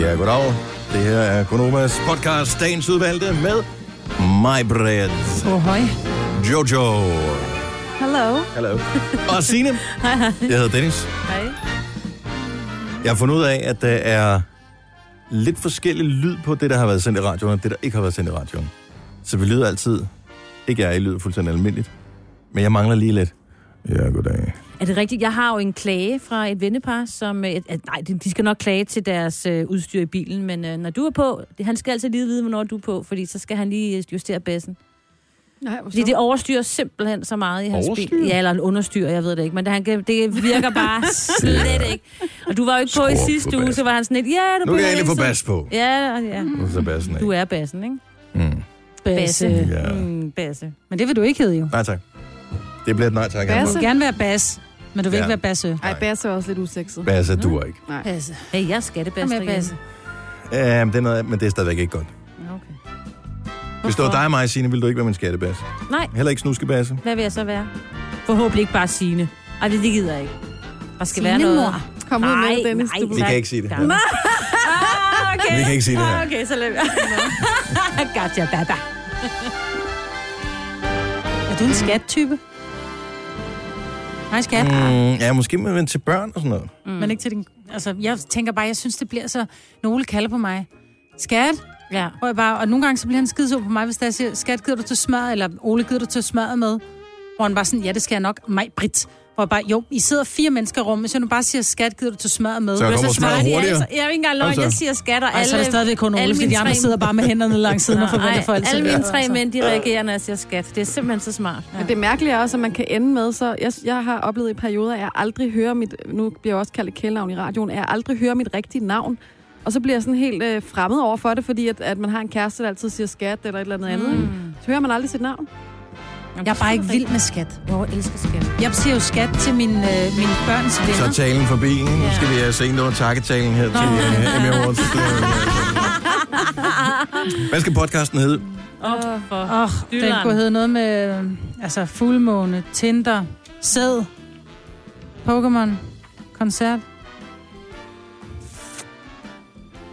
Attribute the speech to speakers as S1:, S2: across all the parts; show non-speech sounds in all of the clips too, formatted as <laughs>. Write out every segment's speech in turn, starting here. S1: Ja, goddag. Det her er Konomas podcast, dagens udvalgte med mig, Britt,
S2: Oh, hej.
S1: Jojo
S2: Hello.
S1: Hello. <laughs> og Signe.
S2: Hej, hej.
S1: Jeg hedder Dennis.
S2: Hej.
S1: Jeg har fundet ud af, at der er lidt forskellig lyd på det, der har været sendt i radioen, og det, der ikke har været sendt i radioen. Så vi lyder altid, ikke jeg, I lyder fuldstændig almindeligt, men jeg mangler lige lidt. Ja, goddag.
S2: Er det rigtigt? Jeg har jo en klage fra et vennepar, som... øh, At, nej, de de skal nok klage til deres øh, udstyr i bilen, men øh, når du er på... Det, han skal altid lige vide, hvornår du er på, fordi så skal han lige øh, justere bassen.
S3: Nej, hvor
S2: Fordi
S3: sjovt.
S2: det overstyrer simpelthen så meget i hans
S1: Overstyrer?
S2: bil. Ja, eller en understyrer, jeg ved det ikke. Men det, han, kan- det virker
S1: <laughs>
S2: bare slet ikke. Og du var jo ikke på i
S1: Skru op
S2: sidste
S1: for
S2: uge,
S1: bassen.
S2: så var han sådan lidt... Ja, du
S1: Nu kan jeg
S2: behøver
S1: endelig få
S2: ikke
S1: bas på.
S2: sådan- Ja, ja.
S1: Nu tager bassen af.
S2: Du er bassen, ikke?
S1: Mm.
S2: Basse.
S1: Ja.
S2: Mm, basse.
S4: Men det vil du ikke hedde jo.
S1: Nej tak. Det bliver et nej tak.
S4: Du
S3: Basse.
S4: vil gerne være bas, men du vil
S1: Ja.
S4: ikke være basse.
S3: Ej, Basse er også lidt usekset.
S1: Basse duer ikke.
S4: Basse.
S2: Hey, jeg er skattebasse.
S4: Kom her, basse.
S1: Ja, men det er noget, men det er stadigvæk ikke godt.
S2: Okay.
S1: Hvis det var dig og mig, Signe, ville du ikke være min skattebasse.
S2: Nej.
S1: Heller ikke snuskebasse.
S2: Hvad vil jeg så være? Forhåbentlig ikke bare Signe. Ej, det gider jeg ikke. Der skal være noget.
S4: Signe-mor.
S3: Kom ud med
S2: Nej,
S3: det, Dennis.
S2: nej.
S3: Du-
S1: Vi kan ikke sige det.
S2: Nej. Ah, okay.
S1: Vi kan ikke sige det her.
S2: Ah, okay, så lad være.
S4: <laughs>
S2: gotcha, baba.
S4: Er du en skat-type? Nej, skat.
S1: Mm, ja, måske med vende til børn og sådan noget.
S4: Mm. Men ikke til din... Altså, jeg tænker bare, jeg synes, det bliver så... Nogle kalder på mig. Skat?
S2: Ja.
S4: Og, jeg bare, og nogle gange så bliver han skidesur på mig, hvis der siger, skat, gider du til smør, eller Ole, gider du til smør med? Hvor han bare sådan, ja, det skal jeg nok, mig, Britt. Hvor jeg bare, jo, I sidder fire mennesker i rummet, hvis jeg nu bare siger, skat, gider du til smør med?
S1: Så
S4: Ej,
S1: der kommer smør hurtigere.
S4: altså-
S1: Altså-
S2: Jeg er ikke engang
S1: Kom
S2: løgn,
S1: så.
S2: jeg siger skatter. Alle,
S4: så er der stadigvæk kun Ole,
S2: alle
S4: fordi
S2: mine
S4: de andre
S2: tre-
S4: sidder bare med hænderne langs siden og forventer for altid.
S2: alle mine
S4: Ja.
S2: tre mænd, de reagerer, når jeg siger skat. Det er simpelthen så smart.
S3: Men det mærkelige er også, at man kan ende med, så jeg, jeg har oplevet i perioder, at jeg aldrig hører mit, nu bliver jeg også kaldt et kælenavn i radioen, at jeg aldrig hører mit rigtige navn. Og så bliver jeg sådan helt øh, fremmed over for det, fordi at, at man har en kæreste, der altid siger skat eller et eller andet andet. ikke? Så hører man aldrig sit navn.
S4: Jeg er bare ikke vild med skat.
S2: Jo, jeg elsker skat.
S4: Jeg siger jo skat til min, øh, mine børns venner.
S1: Så talen forbi. Nu
S2: Ja.
S1: skal vi øh, have sent over takketalen her til øh, Emmy Awards.
S4: <laughs>
S1: Hvad skal podcasten hedde?
S2: Åh, for...
S4: Åh, oh, den
S2: Dylan.
S4: kunne hedde noget med øh, altså fuldmåne, Tinder, sæd, Pokémon, koncert.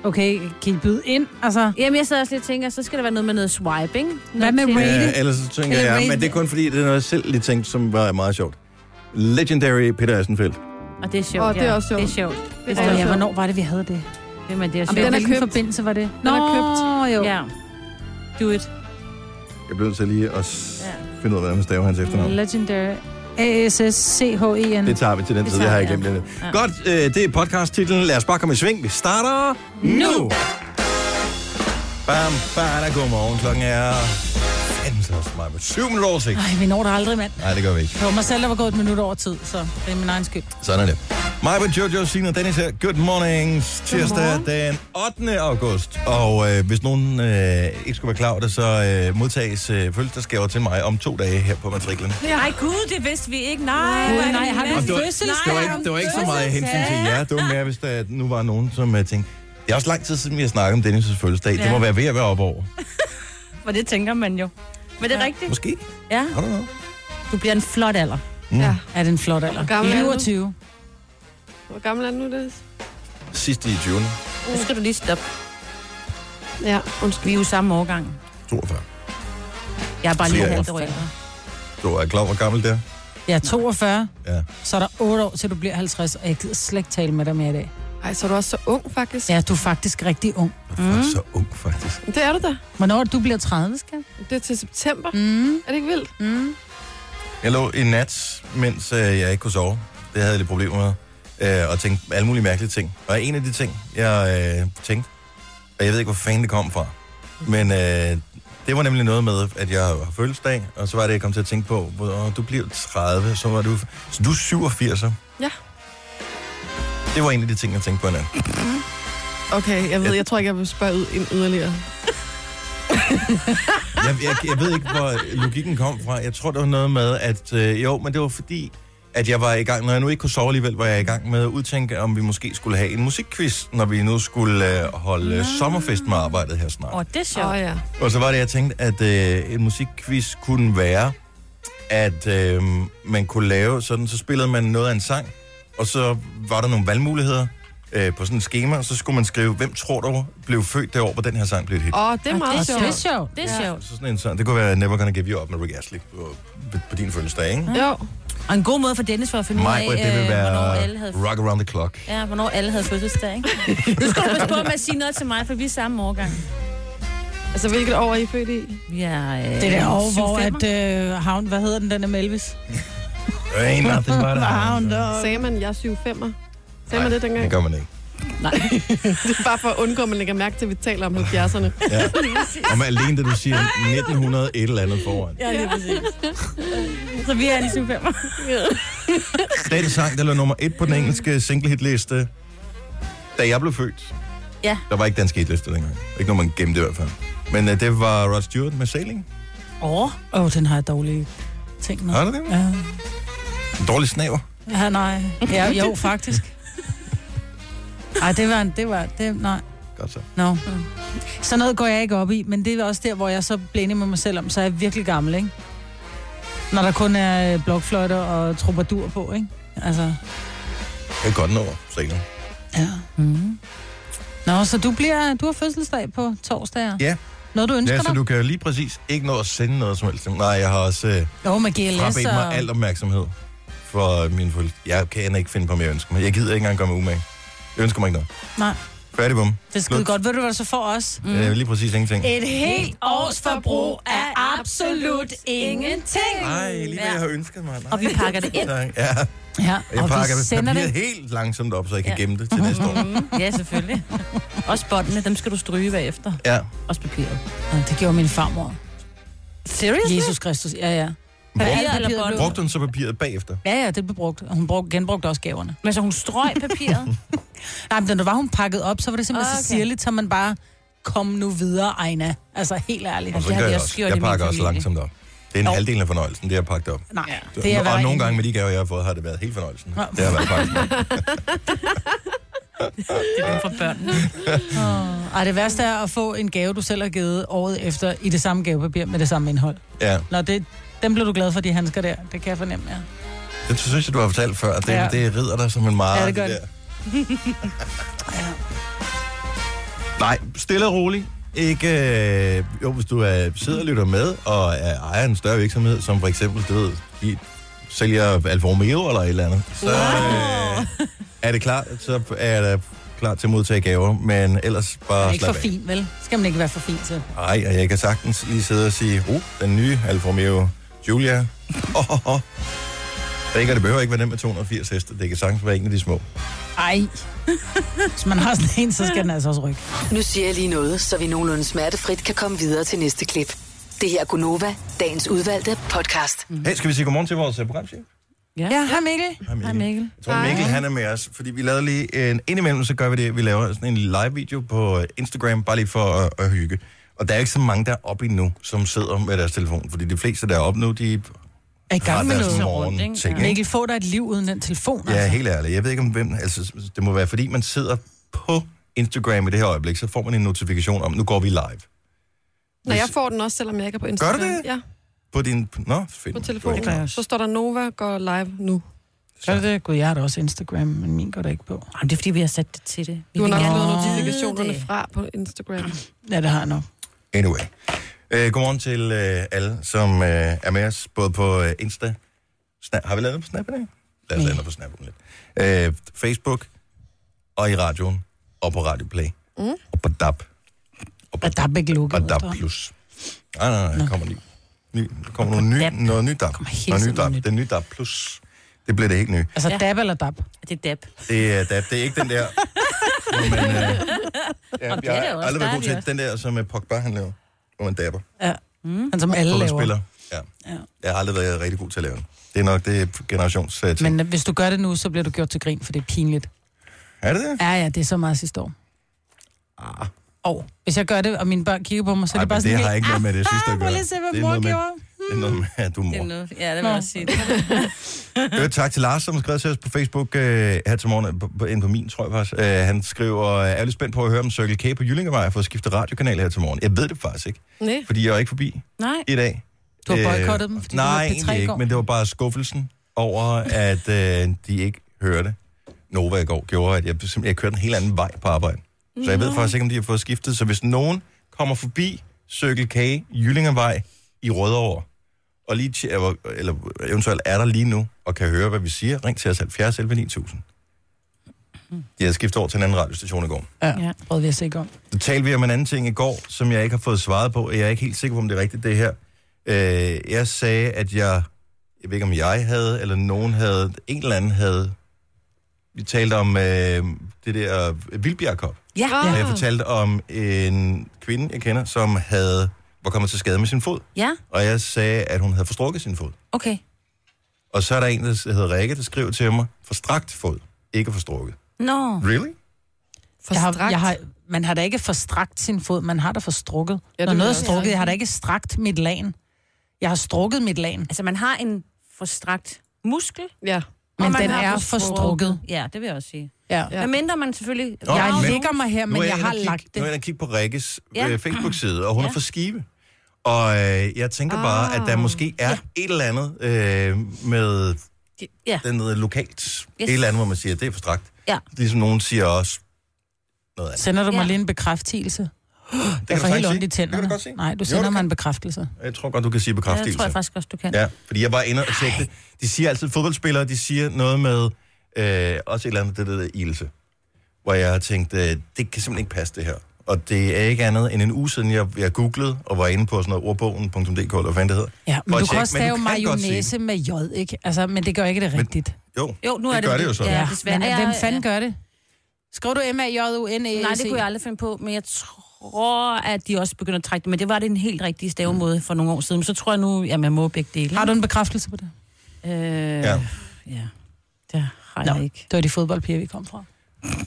S4: Okay, kan I byde ind? Altså,
S2: Jamen, jeg sad også lidt og tænker, så skal der være noget med noget swipe, ikke?
S4: Hvad med
S2: til-
S4: Ray?
S1: Ja,
S4: Really?
S1: ellers så tænker
S4: Eller
S1: jeg,
S4: really?
S1: men det er kun fordi, det er noget, jeg selv lige tænkte, som var meget sjovt. Legendary Peter Asenfeldt.
S2: Og det er sjovt,
S3: Åh, det er
S2: ja.
S3: også sjovt.
S2: Det er sjovt.
S3: Det
S4: åh, ja,
S3: sjovt.
S4: hvornår var det, vi havde det?
S2: Jamen, det er sjovt.
S3: den er
S4: Hvilken
S3: købt.
S4: forbindelse var det? Nå,
S3: er
S4: jo.
S2: Ja. Do it.
S1: Jeg blev nødt til lige at s-
S2: Ja.
S1: finde ud af, hvordan man staver hans efternavn.
S4: Legendary. A-S-S-C-H-E-N.
S1: Det tager vi til den
S2: Mm. Det
S1: tid, det har jeg
S2: tager
S1: glemt
S2: vi,
S1: lidt.
S2: ja. Ja.
S1: Godt, øh, det er podcasttitlen. Lad os bare komme i sving. Vi starter nu! Bam, bada, godmorgen. Klokken er... Fanden så også mig. 7 minutter over 6.
S4: Ej, vi når det aldrig, mand.
S1: Nej, det gør vi ikke.
S4: Det var mig selv, der var gået et minut over tid, så det er min egen skyld.
S1: Sådan er det. Mig på Jojo, Signe og Dennis her. Good morning. Tirsdag den 8. august. Og øh, hvis nogen øh, ikke skulle være klar over det, så øh, modtages øh, fødselsdagsgaver til mig om to dage her på matriklen.
S2: Nej, gud, det vidste vi ikke. Nej,
S4: Gud, nej, har du
S1: Og det var,
S4: Fødselsdag?
S1: det, var ikke, det var ikke så meget hensyn til jer. Det var mere, hvis der nu var nogen, som jeg tænkte... Det er også lang tid siden, vi har snakket om Dennis' fødselsdag. Ja. Det
S2: Ja.
S1: må være ved at være op over.
S2: For det tænker man jo. Men det er rigtigt.
S1: Måske.
S2: Ja.
S1: I don't know. Mm.
S2: Du bliver en flot alder.
S3: Ja.
S4: Er det en flot alder?
S3: gammel er du?
S4: 27.
S3: Hvor gammel er du nu, Dennis?
S1: Sidst i 20.
S2: Nu skal du lige stoppe.
S3: Ja, undskyld.
S2: Vi er jo samme årgang.
S1: 42.
S2: Jeg er bare lige
S1: Flere
S2: halvt år ældre.
S1: Du er klar, over, hvor gammel det er?
S4: Jeg er 42.
S1: Ja.
S4: Så er der 8 år, til du bliver 50, og jeg gider slet ikke tale med dig mere i dag.
S3: Ej, så er du også så ung, faktisk. Mm.
S4: Ja, du er faktisk rigtig ung.
S1: Du er så ung, faktisk.
S3: Det er du da.
S4: Hvornår er det, du bliver 30, skal
S3: Det er til september.
S4: mm.
S3: Er det ikke vildt?
S4: Mm.
S1: Jeg lå i nat, mens øh, jeg ikke kunne sove. Det havde jeg lidt problemer med. Øh, og tænkte alle mulige mærkelige ting. Og en af de ting, jeg øh, tænkte, og jeg ved ikke, hvor fanden det kom fra, men øh, det var nemlig noget med, at jeg har fødselsdag, og så var det, jeg kom til at tænke på, hvor du bliver 30, så var du, så du er 87.
S3: Ja.
S1: Det var en af de ting, jeg tænkte på i nat.
S3: Mhm. Okay, jeg
S1: ved-
S3: jeg tror ikke, jeg vil spørge ud ind yderligere.
S1: Jeg, jeg, jeg ved ikke, hvor logikken kom fra. Jeg tror, det var noget med, at øh, jo, men det var fordi, at jeg var i gang, når jeg nu ikke kunne sove alligevel, var jeg i gang med at udtænke, om vi måske skulle have en musikquiz, når vi nu skulle øh, holde øh, sommerfest med arbejdet her snart.
S2: Åh, oh, det er
S3: Åh
S2: sjovt.
S3: oh, ja.
S1: Og så var det, jeg tænkte, at øh, en musikquiz kunne være, at øh, man kunne lave sådan, så spillede man noget af en sang, og så var der nogle valgmuligheder, øh, på sådan en schema, og så skulle man skrive, hvem tror du blev født det år, hvor den her sang blev et hit.
S3: Åh, det er
S2: det
S3: meget
S2: er
S4: Det er
S3: sjovt.
S4: sjovt.
S2: Det er
S3: Ja.
S2: sjovt.
S1: Så sådan en sang. Det kunne være Never Gonna Give You Up med Rick Astley på, på din fødselsdag, ikke?
S3: Jo,
S2: Og en god måde for Dennis for at finde ud af,
S1: Mig, det vil
S2: Mm. øh,
S1: være
S2: hvornår alle havde
S1: Rock Around the Clock.
S2: Ja, hvornår alle havde
S1: <laughs>
S2: fødselsdag, ikke? Nu skal du passe på med at sige noget til mig, for vi er samme årgang.
S3: altså hvilket år er I født i?
S2: Vi er... Øh,
S4: Det der år, hvor
S2: 7-5'er.
S4: at, øh, havn, hvad hedder den, den er med Elvis?
S1: There ain't nothing but a
S4: Havn,
S1: hound.
S4: der.
S3: Sagde man, jeg er 7-5'er? Sagde man det dengang?
S1: Det gør man ikke.
S3: <laughs> Det er bare for at undgå, at man lægger mærke til, at vi taler om 70'erne. <laughs>
S1: Ja. Og med alene det, du siger, 1900 et eller andet foran.
S2: Ja, lige præcis. Så vi er de 7 5'er.
S1: Den sang, der lå nummer et på den engelske singlehitliste, da jeg blev født.
S2: Ja.
S1: Der var ikke dansk hitliste dengang. Ikke nogen, man gemte i hvert fald. Men uh, det var Rod Stewart med Sailing.
S4: Åh, oh, den har jeg dårlige ting med.
S1: Har du det?
S4: Ja.
S1: En dårlig snaver.
S4: ja, nej. Ja, jo, faktisk. Ej, det var en, det var, det, nej.
S1: Godt så.
S4: Nå. No. Sådan noget går jeg ikke op i, men det er også der, hvor jeg så blev enig med mig selv om, så er jeg virkelig gammel, ikke? Når der kun er øh, blokfløjter og troubadour på, ikke? Altså,
S1: Det er godt nummer, Sailing.
S4: ja. Mm. Nå, så du, bliver, du har fødselsdag på torsdag,
S1: Ja.
S4: Noget, du ønsker
S1: Ja, så
S4: dig?
S1: du kan jo lige præcis ikke nå at sende noget som helst. Nej, jeg har også uh,
S4: Jo, med GLS
S1: frabedt mig
S4: og...
S1: al opmærksomhed for min fuld. Jeg kan end ikke finde på mere ønsker mig. Jeg gider ikke engang gøre mig umage. Jeg ønsker mig ikke noget.
S4: Nej,
S1: Færdig bum.
S4: det er skide
S1: Slut.
S4: godt. Ved du, hvad du så får os?
S1: Mm. Øh, lige præcis ingenting.
S4: Et helt års forbrug af absolut ingenting.
S1: Nej, lige hvad jeg har ønsket mig. Nej.
S2: Og vi pakker det ind.
S1: Tak. Ja,
S4: Ja,
S1: jeg
S4: og
S1: pakker
S4: vi
S1: det
S4: sender
S1: papiret
S4: det.
S1: helt langsomt op, så jeg kan
S2: Ja.
S1: gemme det til næste år.
S2: Mhm. Ja, selvfølgelig. Også båndene, dem skal du stryge bagefter.
S1: Ja.
S2: Også papiret.
S4: Ja, det gjorde min farmor.
S2: Seriously?
S4: Jesus Kristus, ja, ja.
S1: Brugte,
S2: eller
S4: papiret
S2: bånd?
S4: blev-
S1: brugte hun så papiret bagefter?
S4: Ja, ja, det blev brugt. Og hun brug, genbrugte også gaverne.
S2: Men så hun strøg papiret.
S4: <laughs> Nej, men da det var hun pakket op, så var det simpelthen okay.
S2: Okay.
S4: så sirligt, så man bare, kom nu videre, Ejna. Altså, helt ærligt.
S1: Og så
S2: det har
S1: gør
S2: vi
S1: jeg
S2: også
S1: også.
S2: gjort
S1: Jeg
S2: i min
S1: pakker også
S2: familie.
S1: langsomt op. Det er en
S4: Jo.
S1: halvdel af fornøjelsen, det jeg har pakket op.
S4: Nej,
S1: Det
S4: det er
S1: og
S4: hver
S1: nogle
S4: en-
S1: gange med de gaver, jeg har fået, har det været helt fornøjelsen.
S4: Nå.
S1: Det har været
S4: <laughs>
S1: pakket op.
S2: Det er dem for børnene.
S4: Åh, Ej, det værste er at få en gave, du selv har givet året efter, i det samme gavepapir med det samme indhold.
S1: Ja,
S4: Nå, det, dem blev du glad for, de handsker der. Det kan jeg fornemme, ja.
S1: Ah, det synes jeg, du har fortalt før. Det, ja.
S4: Ja.
S1: det rider dig som en meget.
S4: Ja, det gør det.
S1: der. Ah, Nej, stille og roligt. Ikke, øh, jo, hvis du er, sidder og lytter med og er ejer af en større virksomhed, som for eksempel, du ved, I sælger Alfa Romeo eller et eller andet, så øh, er det klart, så er der klar til at modtage gaver, men ellers
S4: Det er
S1: bare
S4: ikke for
S1: slap af.
S4: fin, vel? Det skal man ikke være for fin til.
S1: Nej, og jeg kan sagtens lige sidde og sige, oh, den nye Alfa Romeo <laughs> Julia. Oh, oh, oh. Ikke, og det behøver ikke være den med 280 heste. Det kan sagtens være en af de små. <laughs>
S4: Ej. Hvis man har sådan en, så skal den altså også rykke.
S5: Nu siger jeg lige noget, så vi nogenlunde smertefrit kan komme videre til næste klip. Det her er Gunova, dagens udvalgte podcast.
S4: Mhm.
S1: Hey, skal vi sige godmorgen til vores øh, programchef?
S4: Ja, hej Mikkel.
S1: Hej Mikkel.
S2: Hej, Mikkel.
S1: Jeg tror, Mikkel han er med os, fordi vi lavede lige en... Indimellem så gør vi det, vi laver sådan en live-video på øh, Instagram, bare lige for at, at hygge. Og der er ikke så mange, der er oppe endnu, som sidder med deres telefon, fordi de fleste, der er oppe nu, de
S4: Er i
S1: har
S4: gang med
S1: deres
S4: noget.
S1: morgen
S2: rundt, ikke?
S1: ting.
S2: Ja.
S1: ikke?
S4: Mikkel, få dig et liv uden den telefon,
S1: Ja,
S4: altså.
S1: helt ærligt. Jeg ved ikke, om hvem... Altså, det må være, fordi man sidder på Instagram i det her øjeblik, så får man en notifikation om, nu går vi live.
S3: Når jeg får den også, selvom jeg ikke er på Instagram.
S1: det?
S3: Ja,
S1: På din... Nå, fedt.
S3: på
S1: Det var ikke
S3: telefonen.
S1: klart.
S3: Så står der Nova går live nu.
S4: Gør det det? Gud, jeg har da også Instagram, men min går da ikke på.
S2: Jamen, det er, fordi vi har sat det til det.
S3: Du
S2: Vi
S3: har
S2: vil
S3: nok
S2: gerne
S3: fået
S2: vide
S3: notifikationerne
S2: det.
S3: fra på Instagram.
S4: Ja, det har jeg nok.
S1: Anyway. Øh, godmorgen til øh, alle, som øh, er med os, både på øh, Insta. Snap. Har vi lavet noget på Snap i dag? Lad os lave noget på Snap om lidt. Øh, Facebook, og i radioen, og på Radio Play. Mm. Og på DAB,
S4: Og der er begge lukket.
S1: og DAB
S4: tror jeg.
S1: Plus. Nej, nej, nej, der kommer ny. ny der kommer noget nyt, noget nyt DAB.
S4: hele
S1: Noget nyt
S4: tiden noget
S1: DAB.
S4: nyt.
S1: Den nye DAB Plus. Det bliver det helt nye.
S4: Altså, dab eller dab?
S2: Det er dab.
S1: Det er, DAB. det er ikke den der... hvor man, øh, ja,
S2: det er
S1: jeg
S2: der
S1: har
S2: også.
S1: aldrig
S2: Der
S1: været
S2: er
S1: god
S2: vi
S1: til
S2: også.
S1: den der, som øh, Pogba han laver, hvor man dabber.
S4: Ja. Mm. Han som alle laver.
S1: Fodboldspiller. Ja. ja. Jeg har aldrig været rigtig god til at lave den. Det er nok det generations uh, ting.
S4: Men øh, hvis du gør det nu, så bliver du gjort til grin, for det er pinligt.
S1: Er det det?
S4: Ja, ja, det er så meget sidste år. Ah. Og hvis jeg gør det, og mine børn kigger på mig, så er
S1: Ej,
S4: det bare
S1: men
S4: sådan
S1: det har
S4: helt,
S1: ikke noget med det sidste
S4: "Ah,
S1: at
S4: prøv
S1: gøre.
S4: lige at se, hvad
S1: Det er
S4: mor
S1: noget med-
S4: gjorde.
S1: Det er noget med, at du er
S2: Ah, Det
S1: mor.
S2: er noget. Ja, det vil jeg også <laughs> sige.
S1: <laughs> Øh, tak til Lars, som har skrevet til os på Facebook øh, her til morgen, på, på, ind på min, tror jeg faktisk. Øh, han skriver, øh, er lidt spændt på at høre om Circle K på Jyllingevej for at skifte radiokanal her til morgen. Jeg ved det faktisk ikke,
S3: Nej.
S1: fordi jeg er ikke forbi
S2: Nej.
S1: i dag. Øh,
S4: Du har boykottet dem, fordi du
S1: Nej,
S4: hørte P3 i
S1: egentlig ikke,
S4: går.
S1: men det var bare skuffelsen over, at øh, de ikke hørte. Nova i går, gjorde, at jeg, simpelthen- jeg kørte en helt anden vej på arbejde. Så jeg ved faktisk ikke, om de har fået skiftet. Så hvis nogen kommer forbi Circle K, Jyllingevej i Rødovre, og lige tje- eller- eller eventuelt er der lige nu, og kan høre, hvad vi siger, ring til os 70 11 9000. De havde skiftet over til en anden radiostation i går.
S2: Ja.
S4: Ja, prøvede vi at se om.
S1: Så talte vi om en anden ting i går, som jeg ikke har fået svaret på, og jeg er ikke helt sikker på, om det er rigtigt, det her. Øh, jeg sagde, at jeg, jeg ved ikke, om jeg havde, eller nogen havde, en eller anden havde, vi talte om øh, det der Vildbjergkop.
S4: Ja,
S1: Ja.
S4: ja.
S1: Jeg fortalte om en kvinde, jeg kender, som havde, var kommet til skade med sin fod,
S2: ja,
S1: og jeg sagde, at hun havde forstrukket sin fod.
S2: okay.
S1: Og så er der en, der hedder Rikke, der skriver til mig, forstrakt fod, ikke forstrukket.
S2: Nå.
S1: Really?
S6: For
S4: Jeg har,
S6: strakt.
S4: jeg har, man har da ikke forstrakt sin fod, man har da forstrukket.
S6: Ja,
S4: Ja,
S6: det
S4: Når
S6: vil
S4: noget er
S6: jeg også
S4: strukket, jeg har da ikke strakt mit lagen. Jeg har strukket mit lagen,
S2: Altså, man har en forstrakt muskel,
S6: Ja.
S4: men
S2: man
S4: den
S2: har
S4: er forstrukket.
S2: Ja, det vil jeg også sige.
S4: Ja.
S6: Ja.
S2: Ja. Men mindre man selvfølgelig...
S1: Nå,
S4: Jeg
S1: men-
S4: ligger mig her,
S1: Nu
S4: men
S1: er
S4: jeg
S1: inde
S4: har
S1: og kigge-
S4: lagt
S1: Nu er jeg
S4: det.
S1: inde og kigge på Rikkes
S2: Ja.
S1: øh, Facebook-side, og hun
S2: Ja.
S1: er fra Skive. Og øh, jeg tænker bare, at der
S6: Ah.
S1: måske er et eller andet øh, med
S2: Ja,
S1: den noget lokalt. Yes. Et eller andet, hvor man siger, det er for strakt.
S2: Ja.
S1: Ligesom nogen siger også noget andet.
S4: Sender du mig
S2: Ja.
S4: lige en bekræftelse?
S1: <gasps> Det
S4: Jeg får helt
S1: sagtens
S4: ondt
S1: sige. Det kan
S4: i
S1: du
S4: tænderne.
S1: godt sige.
S4: Nej, du
S1: Jo,
S4: sender
S1: du
S4: mig
S1: kan.
S4: en bekræftelse.
S1: Jeg tror godt, du kan sige
S2: ja, det
S1: bekræftelse.
S2: tror jeg faktisk også, du kan.
S1: Ja, fordi jeg var inde og tjekke det. De siger altid, fodboldspillere, de siger noget med øh, også et eller andet, det der, der ilse. Hvor jeg har tænkt, øh, det kan simpelthen ikke passe det her. Og det er ikke andet end en uge siden, jeg, jeg googlede og var inde på sådan noget ordbogen.dk, eller hvad fanden det hedder.
S4: Ja, men
S1: For at
S4: du
S1: tjekke,
S4: kan også
S1: men
S4: stave
S1: du kan godt se
S4: mayonnaise med j, ikke? Altså, men det gør ikke det rigtigt.
S1: Jo,
S2: Jo, nu
S1: Det
S2: er det...
S1: gør det jo så.
S2: Ja, desværre.
S4: Men,
S2: Ja,
S4: hvem
S2: ja,
S4: fanden gør det? Skriver du m a j u n e
S2: Nej, det kunne jeg aldrig finde på, men jeg tror, at de også begynder at trække det. Men det var det en helt rigtig stavemåde for nogle år siden. Men så tror jeg nu, at man må begge dele.
S4: Har du en bekræftelse på det?
S2: Øh,
S1: Ja.
S2: ja. ja. Det har jeg
S4: Nå.
S2: ikke.
S4: Det var de fodboldpiger, vi kom fra.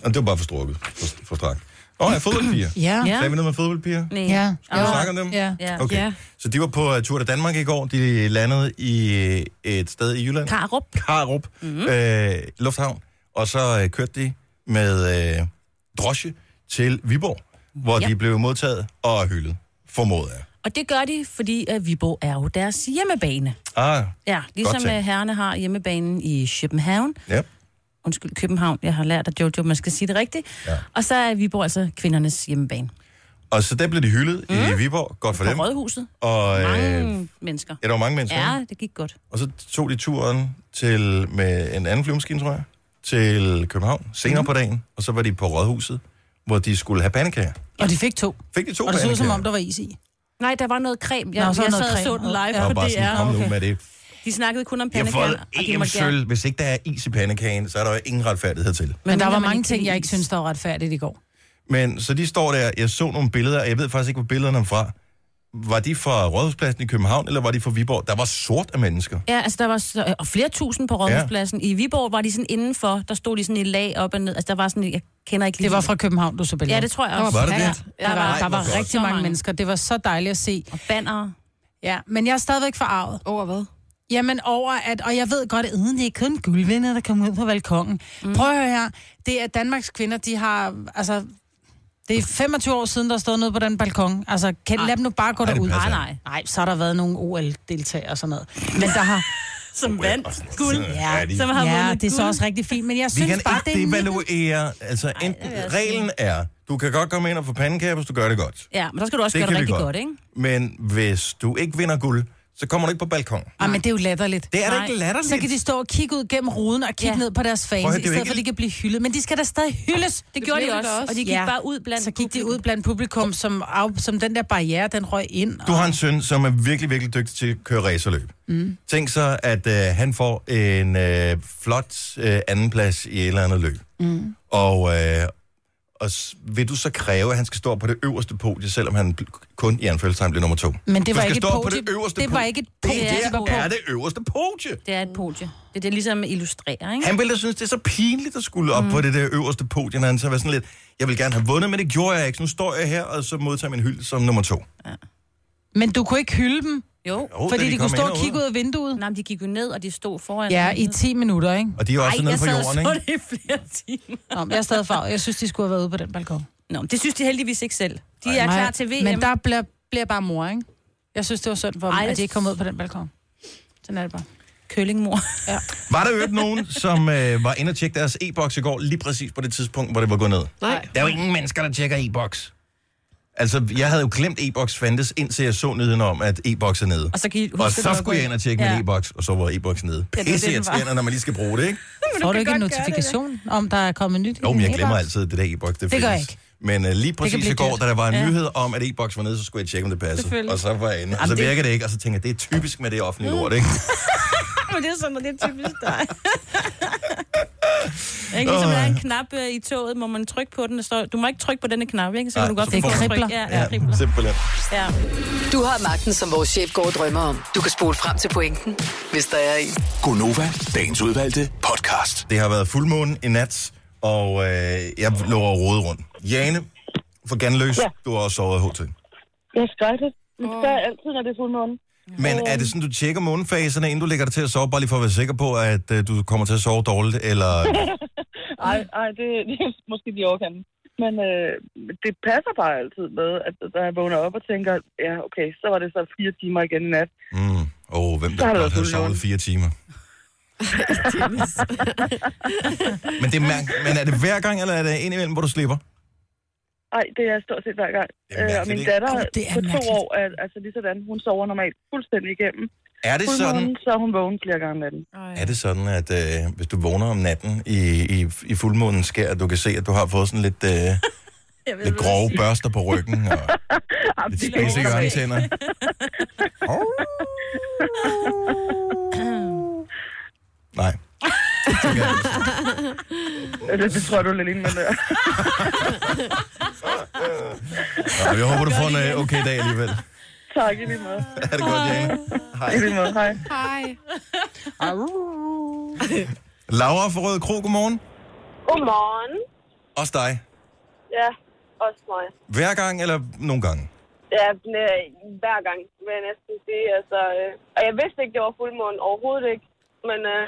S1: og det var bare for strukket, for, for strakt. Åh, oh, ja, fodboldpiger.
S4: Ja.
S2: Ja.
S1: Sagde vi noget med fodboldpiger?
S2: Nej.
S4: Ja.
S1: Har
S2: Ja.
S1: du snakket om dem?
S4: Ja.
S2: Ja.
S1: Okay.
S6: Ja.
S1: Så de var på uh, Tour de Danmark i går. De landede i øh, et sted i Jylland.
S2: Karup. Mhm.
S1: Karup mm-hmm. øh, Lufthavn, og så øh, kørte de med øh, drosje til Viborg, hvor
S2: Ja.
S1: de blev modtaget og hyldet, formoder jeg.
S2: Og det gør de, fordi uh, Viborg er jo deres hjemmebane.
S1: Ah,
S2: Ja, ligesom
S1: tænkt.
S2: uh, herrene har hjemmebanen i København.
S1: ja.
S2: Undskyld, København. Jeg har lært at Jojo, man skal sige det rigtigt.
S1: Ja.
S2: Ja. Og så er Viborg altså kvindernes hjemmebane.
S1: Og så der blev de hyldet mm. i Viborg, godt for
S2: På
S1: dem.
S2: Rådhuset.
S1: Og øh,
S2: Mange øh, mennesker.
S1: ja, der var mange mennesker. ikke?
S2: Ja, det gik godt.
S1: Og så tog de turen til, med en anden flyvemaskine, tror jeg, til København senere mm. på dagen, og så var de på Rådhuset, hvor de skulle have pandekager.
S4: Og de fik to.
S1: Fik de to
S4: Og det så ud, som
S1: pandekager?
S4: om der var is i.
S2: Nej, der var noget creme. Jeg,
S4: Nå,
S2: Nå,
S4: så
S2: så jeg
S4: noget
S2: sad og
S4: creme.
S2: så den live
S1: Jeg var
S2: på
S1: bare sådan,
S2: DR.
S1: kom nu
S2: Okay.
S1: med det.
S2: De snakkede kun om
S1: Jeg har fået
S2: pandekager.
S1: EM-sølv. Hvis ikke der er is i pandekagen, så er der jo ingen retfærdighed til.
S4: Men, men der var mange ting, jeg ikke synes, der var retfærdigt i går.
S1: Men så de står der, jeg så nogle billeder, og jeg ved faktisk ikke, hvor billederne er fra. Var de fra Rådhuspladsen i København, eller var de fra Viborg? Der var sort af mennesker.
S2: Ja, altså der var så, og flere tusind på Rådhuspladsen. Ja. I Viborg var de sådan indenfor, der stod de sådan i lag op og ned. Altså der var sådan, jeg kender ikke lige...
S4: Det var fra København, du så billeder.
S2: Ja, det tror jeg
S4: Der
S2: også.
S1: Var det
S2: ja,
S1: det?
S2: Der var,
S4: var,
S1: Ej,
S4: der
S1: hvor
S4: var
S1: godt.
S4: rigtig mange mennesker. Det var så dejligt at se.
S2: og banner.
S4: Ja, men jeg er stadigvæk forarvet.
S6: Over hvad?
S4: Jamen over, at, og jeg ved godt, at uden det er kun guldvinder, der kommer ud på balkongen. Mm. Prøv at høre her. Det er Danmarks kvinder, de har, altså, det er 25 år siden, der stod nede på den balkon. Altså, kan, lad dem nu bare gå
S1: Ej, det
S4: derud.
S1: passer
S2: Nej, nej.
S4: Nej, så har der været nogle OL-deltagere og sådan noget. Men der har...
S2: <laughs> Som vandt guld.
S1: Ja, de-
S2: Som har
S4: ja,
S2: vundet
S4: det er så
S2: guld.
S4: også rigtig fint, men jeg
S1: Vi
S4: synes
S1: kan
S4: bare, det
S1: ikke
S4: er...
S1: devaluere. Altså, enten,
S2: vil jeg sige.
S1: reglen er, du kan godt komme ind og få pandekager, hvis du gør det godt.
S2: Ja, men der skal du også
S1: Det
S2: gøre
S1: kan
S2: det
S1: vi
S2: rigtig
S1: godt.
S2: godt. godt, ikke?
S1: Men hvis du ikke vinder guld, så kommer du ikke på balkon.
S4: Ah, men det er jo latterligt.
S1: Det er da
S2: Nej.
S1: ikke latterligt.
S4: Så kan de stå og kigge ud gennem ruden og kigge ja.
S2: Ja.
S4: ned på deres fans,
S1: Prøv at
S4: høre,
S1: høre, det
S4: i
S1: er jo
S4: stedet
S1: ikke-
S4: for, at de kan blive hyldet. Men de skal da stadig hyldes.
S2: Det gjorde de
S6: blev
S2: også,
S6: det også.
S2: og de gik bare ud blandt
S4: Så gik de ud blandt publikum, som af, som den der barriere, den røg ind.
S1: Du
S4: og-
S1: har en søn, som er virkelig, virkelig dygtig til at køre racerløb. Mm. Tænk så, at øh, han får en øh, flot øh, andenplads i et eller andet løb. Mm. Og, øh, og s- vil du så kræve, at han skal stå på det øverste podie, selvom han bl- kun i anførselstegn blev nummer to?
S4: Men det
S1: du
S4: var
S1: skal
S4: ikke et
S1: stå på
S4: podie.
S1: det øverste
S4: Det var ikke et podie,
S1: Det,
S2: det
S1: der
S2: var på.
S1: er det øverste podie.
S2: Det er et podie. Det er det ligesom illustrerer, ikke?
S1: Han ville da synes, det er så pinligt at skulle op mm. på det der øverste podie, når han så var sådan lidt, jeg vil gerne have vundet, men det gjorde jeg ikke. Så Nu står jeg her, og så modtager jeg min hylde som nummer to.
S4: Men du kunne ikke hylde dem,
S2: Jo.
S1: Jo, da
S4: fordi de, de
S1: kom
S4: kunne stå
S1: ind
S4: og
S1: ud.
S4: kigge ud af vinduet.
S2: Nej, men de gik jo ned, og de stod foran.
S4: Ja, i 10 minutter, ikke?
S1: Og de er jo også
S2: Ej,
S1: nede
S2: jeg
S1: på
S2: sad og
S1: jorden, ikke?
S2: så det i flere timer.
S4: Nå, men jeg er stadig farvet. Jeg synes, de skulle have været ude på den balkon.
S2: Nå, men det synes de heldigvis ikke selv. De er
S4: Nej,
S2: klar til VM.
S4: Men der bliver, bliver bare mor, ikke? Jeg synes, det var synd for dem,
S2: Ej,
S4: Ej, at
S2: det-
S4: de ikke kom ud på den balkon. Sådan er det bare. køllingmor. <laughs> Ja.
S1: Var der jo ikke nogen, som øh, var inde og tjekke deres e-boks i går, lige præcis på det tidspunkt, hvor det var gået ned?
S3: Nej.
S1: Der er jo ingen mennesker, der tjekker e-boks. Altså, jeg havde jo glemt e-boks fandtes, indtil jeg så nyheden om, at e-boks er nede.
S2: Og så, kan I huske,
S1: Og
S2: at der
S1: så
S2: var
S1: skulle jeg ind
S2: gået-
S1: og tjekke ja.
S2: Ja.
S1: min e-boks, og så var e-boks nede.
S2: Ja, det var det,
S1: Pisse
S2: den var.
S1: irriterende, når man lige skal bruge
S2: <laughs>
S1: det, ikke?
S4: Får du ikke en notifikation, om der er kommet nyt?
S1: Jo, men jeg
S4: i
S1: glemmer
S4: e-boks?
S1: altid det der e-boks. Det,
S4: Det gør jeg
S1: findes.
S4: ikke.
S1: Men uh, lige præcis
S4: blive
S1: i går,
S4: dyrt.
S1: da der var en nyhed om, at e-boks var nede, så skulle jeg tjekke, om det passede.
S2: Selvfølgelig.
S1: Og så var jeg inde, og så
S2: Jamen, det-
S1: virker det ikke, og så tænker jeg, det er typisk med det offentlige lort,
S2: <laughs>
S1: ikke?
S2: <laughs> Men det er sådan, det er typisk
S4: <laughs>
S2: dig. ikke, ligesom der er en knap øh, i toget, må man trykke på den, og står, du må ikke trykke på denne knap, ikke? Så
S1: Nej,
S2: kan du godt
S1: så
S2: finde
S1: får
S2: på at
S1: man-
S2: trykke. Ja, ja,
S1: Ja,
S2: kribler.
S1: simpelthen.
S2: Ja.
S5: Du har magten, som vores chef går og drømmer om. Du kan spole frem til pointen, hvis der er en.
S7: Gonova, dagens udvalgte podcast.
S1: Det har været fuldmåne i nat, og øh, jeg lå og rode rundt. Jane for Ganløs, ja.
S8: Ja.
S1: du har også sovet i HT.
S8: Jeg skøjt det. Det skal jeg altid, når det er fuldmåne.
S1: Men er det sådan, du tjekker månefaserne, inden du lægger dig til at sove, bare lige for at være sikker på, at øh, du kommer til at sove dårligt,
S8: <laughs>
S1: eller...
S8: <laughs> Ej, ej det, det er måske lige overkanten. Men øh, det passer bare altid med, at da jeg vågner op og tænker, ja, okay, så var det så fire timer igen i
S1: <laughs>
S8: nat.
S1: Åh, mm, oh, hvem
S8: Så
S1: der
S8: har
S1: godt
S8: det været
S1: havde
S8: fuldmåne.
S1: sovet fire timer? men, det er mær- men er det hver gang, eller er det indimellem, hvor du slipper?
S8: Ej, det er stort set hver gang.
S1: altså, Det er
S8: Øh,
S1: mærkeligt,
S8: og min
S1: ikke?
S8: datter
S4: Åh, det er
S8: på to
S4: mærkeligt.
S8: år, er, altså lige sådan, hun sover normalt fuldstændig igennem.
S1: Er det sådan,
S8: Fuldmåne, så er hun vågen flere gange om natten.
S1: er det sådan at øh, hvis du vågner om natten i, i, i fuldmånen sker, at du kan se, at du har fået sådan
S8: <laughs>
S1: lidt, øh, lidt grove børster på ryggen og
S8: <laughs> Ej,
S1: lidt
S8: det er
S1: spidse i
S8: overraskende.
S1: øjentænder? Nej.
S8: det, det tror jeg, du er lidt enig med. der.
S1: Nå, jeg håber, du får en øh, okay dag alligevel.
S8: tak i lige måde.
S1: Er det godt, Jane?
S8: I lige måde, <laughs> hej.
S3: Hej.
S1: Laura fra Røde Kro, godmorgen.
S9: Godmorgen.
S1: Også dig.
S9: Ja, også mig.
S1: Hver gang eller nogle gange?
S9: Ja, men, øh, hver gang, vil jeg næsten sige. Altså, øh, og jeg vidste ikke, det var fuldmåne overhovedet ikke. Men øh,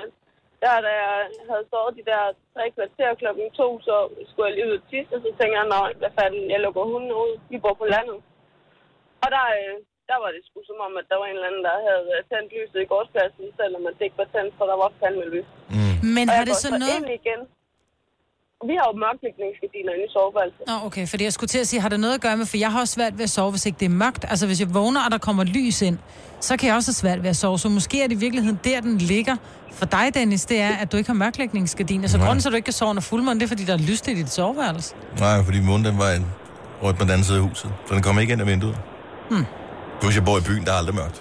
S9: der, da jeg havde sovet de der tre kvarter klokken to, så skulle jeg lige ud og tisse, og så tænkte jeg, nej, hvad fanden, jeg lukker hunden ud. Vi bor på landet. Og der, øh, der var det sgu som om, at der var en eller anden, der havde øh, tændt lyset i gårdspladsen, selvom at det ikke var tændt, for der var fandme lys.
S4: <laughs> Men
S1: Mm.
S9: Og
S4: har
S9: jeg
S4: det
S9: går
S4: så
S9: så
S4: noget...
S9: ind igen. Vi har jo mørklægningsgardiner inde i soveværelset.
S4: Nå, okay, fordi jeg skulle til at sige, har det noget at gøre med, for jeg har også svært ved at sove, hvis ikke det er mørkt. Altså, hvis jeg vågner, og der kommer lys ind, så kan jeg også have svært ved at sove. Så måske er det i virkeligheden der, den ligger for dig, Dennis, det er, at du ikke har mørklægningsgardiner. Så grunden til, at du ikke kan sove under fuldmåne, det er, fordi der er lyst i dit soveværelse.
S1: Nej, fordi munden den var en- rundt på den anden side af huset. Så den kommer ikke ind ad vinduet. Hmm. Plus jeg bor i byen, der er aldrig mørkt.